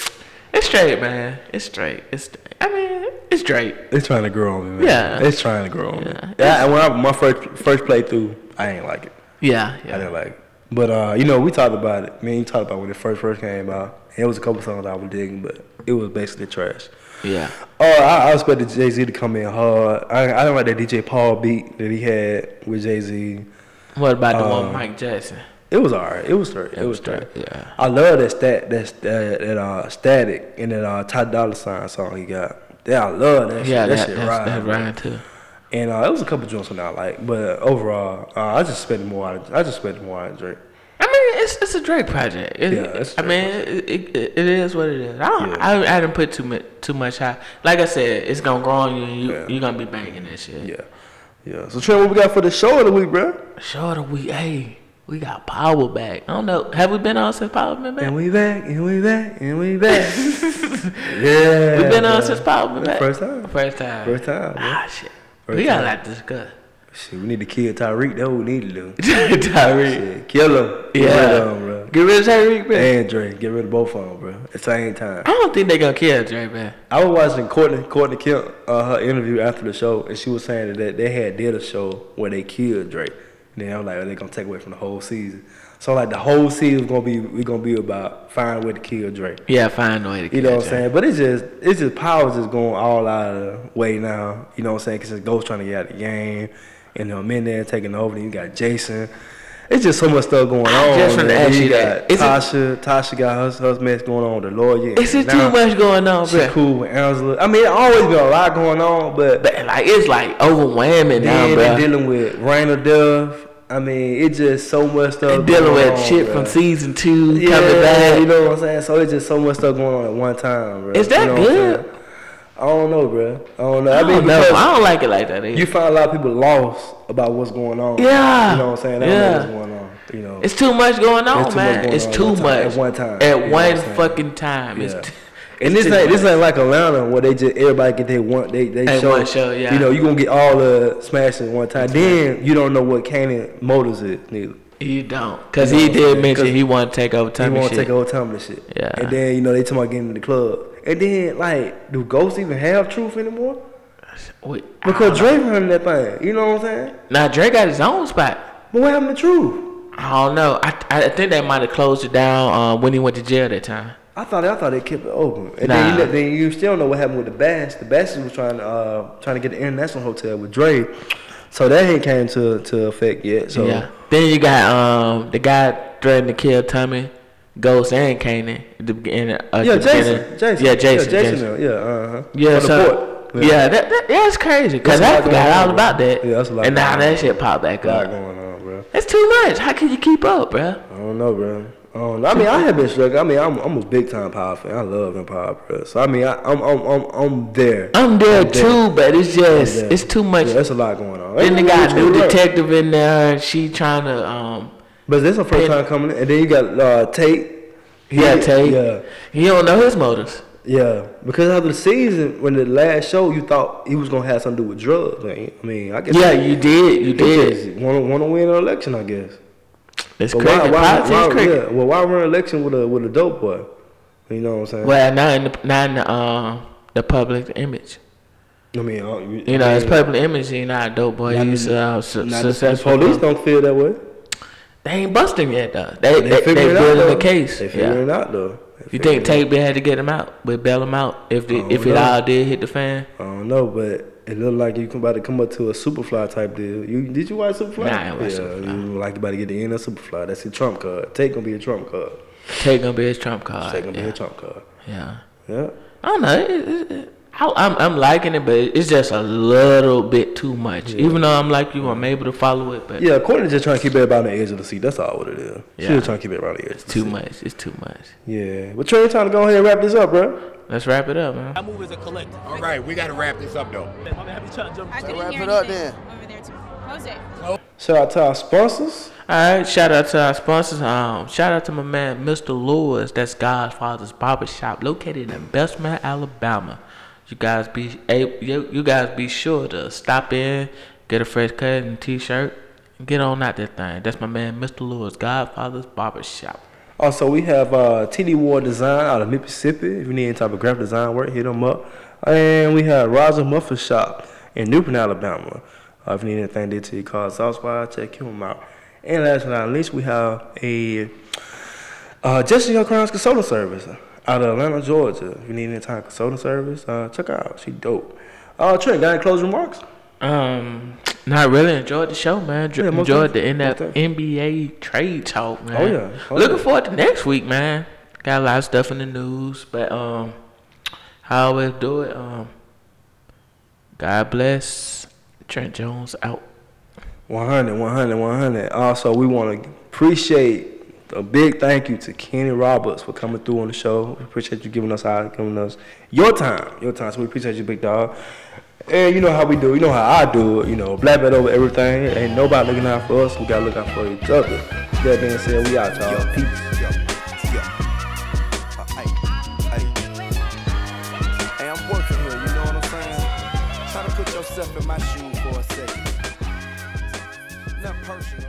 It's straight, man. It's straight. It's straight. I mean, it's straight. It's trying to grow on me, man. Yeah. It's trying to grow on Yeah. me. Yeah, and when I, my first first playthrough, I ain't like it. Yeah, I yeah. didn't like it. But uh, you know, we talked about it. Man, you talked about when it first first came out. And it was a couple songs I was digging, but it was basically trash. Yeah. Oh, I, I expected Jay Z to come in hard. I, I don't like that DJ Paul beat that he had with Jay Z. What about the one Um, with Mike Jackson? It was alright. It was straight. It, was was straight. straight, yeah. I love that stat that that, that uh static and that uh Ty Dolla Sign song he got. Yeah, I love that. Yeah, shit. that, that, shit that's, ride. that ride too. And uh, it was a couple joints on that I like, but overall, uh, I just expected more out of I just expected more out of Drake. I mean, it's it's a Drake project. It, Yeah, it's a I Drake mean, it, it, it is what it is. I don't, Yeah. I, I didn't put too much too much high. Like I said, it's gonna grow on you. and You Yeah. you gonna be banging that shit. Yeah, yeah. So Trent, what we got for the show of the week, bro? Shorter we hey, we got power back. I don't know. Have we been on since power been back? And we back, and we back, and we back. yeah, we have been on bro. since power been back. First time. First time. First time, bro. Ah shit. First we got time. a lot to discuss. Shit, we need to kill Tyreek. That's what we need to do. Tyreek. Shit, kill him. Get Yeah. rid of him, bro. Get rid of Tyreek, man. And Drake, get rid of both of them, bro. At the same time. I don't think they gonna kill Drake, man. I was watching Courtney Courtney Kemp uh, her interview after the show, and she was saying that they had did a show where they killed Drake. And then I'm like, are they gonna take away from the whole season? So like the whole season gonna be we gonna be about finding a way to kill Drake. Yeah, find a way to kill You know what I'm Drake. saying? But it's just it's just power's just going all out of the way now. You know what I'm saying? Because it's Ghost trying to get out of the game, and them in there taking over. Then you got Jason. It's just so much stuff going I on. just wanna man. ask Then you got that. Is it- Tasha. Tasha got her her mess going on with the lawyer. Is it Now- too much going on, she bro? cool with Angela. I mean, it always been a lot going on, but But like it's like overwhelming now, then bro. they dealing with Rain of Dove. I mean, it's just so much stuff. They dealing going with on, shit bruh. from season two coming Yeah, back. you know what I'm saying. So it's just so much stuff going on at one time, bro. Is that good? I don't know, bro. I don't know. I, I mean, don't know. because I don't like it like that. Either. you find a lot of people lost about what's going on. Yeah. you know what I'm saying. They Yeah. don't know what's going on. You know, It's too much going on, It's too much man. going it's on too at one time- much at one time. You know At what one I'm saying? fucking time. Yeah. It's t- And it's this too ain't this much. ain't like Atlanta where they just everybody get their one they they They show. one show, yeah. You know you gonna get all the smashes one time. then you don't know what Canaan Motors is neither. you don't, cause You he know, did mention 'cause he want to take over You time. want and to shit. take over time and shit. Yeah. And then you know they talking about getting in the club. And then like do ghosts even have truth anymore? Wait, I don't Because Drake running that thing. You know what I'm saying? know. now Drake got his own spot. But what happened to truth? I don't know. I I think they might have closed it down uh, when he went to jail that time. I thought I thought they kept it open. And Nah. then, you, then you still know what happened with the Bass. The Bass was trying to uh, trying to get the international hotel with Dre. So that ain't came to to effect yet. So yeah. Then you got um the guy threatened to kill Tommy, Ghost and Kanan. At the beginning, uh, at Yeah, the Jason. beginning. Jason. Yeah, Jason. Yeah, Jason. Jason. Yeah, uh-huh. Yeah, On the so, court. yeah, that, that, yeah, it's crazy because That's a I lot forgot going on, all bro. about that. Yeah, that's a lot And now going on. that shit popped back A lot up. going on, bro. That's too much. How can you keep up, bro? I don't know, bro. I don't know. I mean, I have been struck. I mean, I'm I'm a big time power fan. I love Empire Press. So I mean, I, I'm I'm I'm I'm there. I'm there I'm too, but it's I'm just there. it's too much. Yeah, Then that's a lot going on. they Ain't got a no new way to work. detective in there. And she trying to um. But this is the first Pen- time coming, in. and then you got uh, Tate. He- Yeah, Tate. Yeah, He don't know his motives. yeah. Because after the season, when the last show, you thought he was gonna have something to do with drugs. Like, I mean, I guess. Yeah, you did. You did. Want to want to win an election, I guess. It's But cricket. Politics is yeah, cricket. well, why run an election with a with a dope boy? You know what I'm saying? Well, not in the not in the um the public image. I mean, uh, you, You know, I it's mean, public image. You're not a dope boy. Not You're the- uh, su- not the- the successful. police don't feel that way. They ain't bust him yet though. They they, They they, figuring it out. building though. the case. They yeah. figuring it out though. They You figuring think it out. Oh, Tate had to get him out? Would bail him out if the, don't if it know. all did hit the fan? I don't know, but it looked like you come about to come up to a Superfly type deal. You did you watch Superfly? Nah, I ain't watch yeah, Superfly. you look like you about to get the end of Superfly. That's your trump card. Take gonna be a trump card. Tate gonna be his trump card. Take gonna Uh, yeah. be a trump card. yeah. Yeah. I don't know. It, it, it, I, I'm I'm liking it, but it's just a little bit too much. Even though I'm like you, I'm able to follow it, but Yeah, Courtney just trying to keep everybody on the edge of the seat. That's all what it is. She Yeah. just trying to keep everybody on the edge. it's too much. It's too much. Yeah. But Trey trying to go ahead and wrap this up, bro. Let's wrap it up, man. All right, we got to wrap this up, though. I couldn't wrap hear it up anything over there to close it. Shout out to our sponsors. All right, shout out to our sponsors. Um, shout out to my man, Mr. Lewis. That's Godfather's Barbershop, located in Bestman, Alabama. You guys be a- you, you guys be sure to stop in, get a fresh cut and t-shirt, and get on out that thing. That's my man, Mr. Lewis, Godfather's Barbershop. Also, we have uh, TD Ward Design out of Mississippi. If you need any type of graphic design work, hit them up. And we have Roger Muffin Shop in Newport, Alabama. Uh, if you need anything did to your car, Southside, check him out. And last but not least, we have a uh, Just in Your Crimes Consulting Service out of Atlanta, Georgia. If you need any type of consulting service, uh, check her out. She dope. Oh, uh, Trent, got any closing remarks? Um, not really enjoyed the show, man. Dr- Yeah, most enjoyed the definitely, most NF- NBA trade talk, man. Oh, yeah. Oh, Looking yeah. forward to next week, man. Got a lot of stuff in the news, but um, I always do it. Um, God bless. Trent Jones out. 100, 100, 100. Also, we want to appreciate a big thank you to Kenny Roberts for coming through on the show. We appreciate you giving us our, giving us your time, your time. So we appreciate you, big dog. And you know how we do. You know how I do it. You know, black belt over everything. Ain't nobody looking out for us. We gotta look out for each other. That being said, we out, y'all. Peace. Yo, yo. Uh, ay, ay. Hey, I'm working here, you know what I'm saying? Try to put yourself in my shoes for a second. Nothing personal.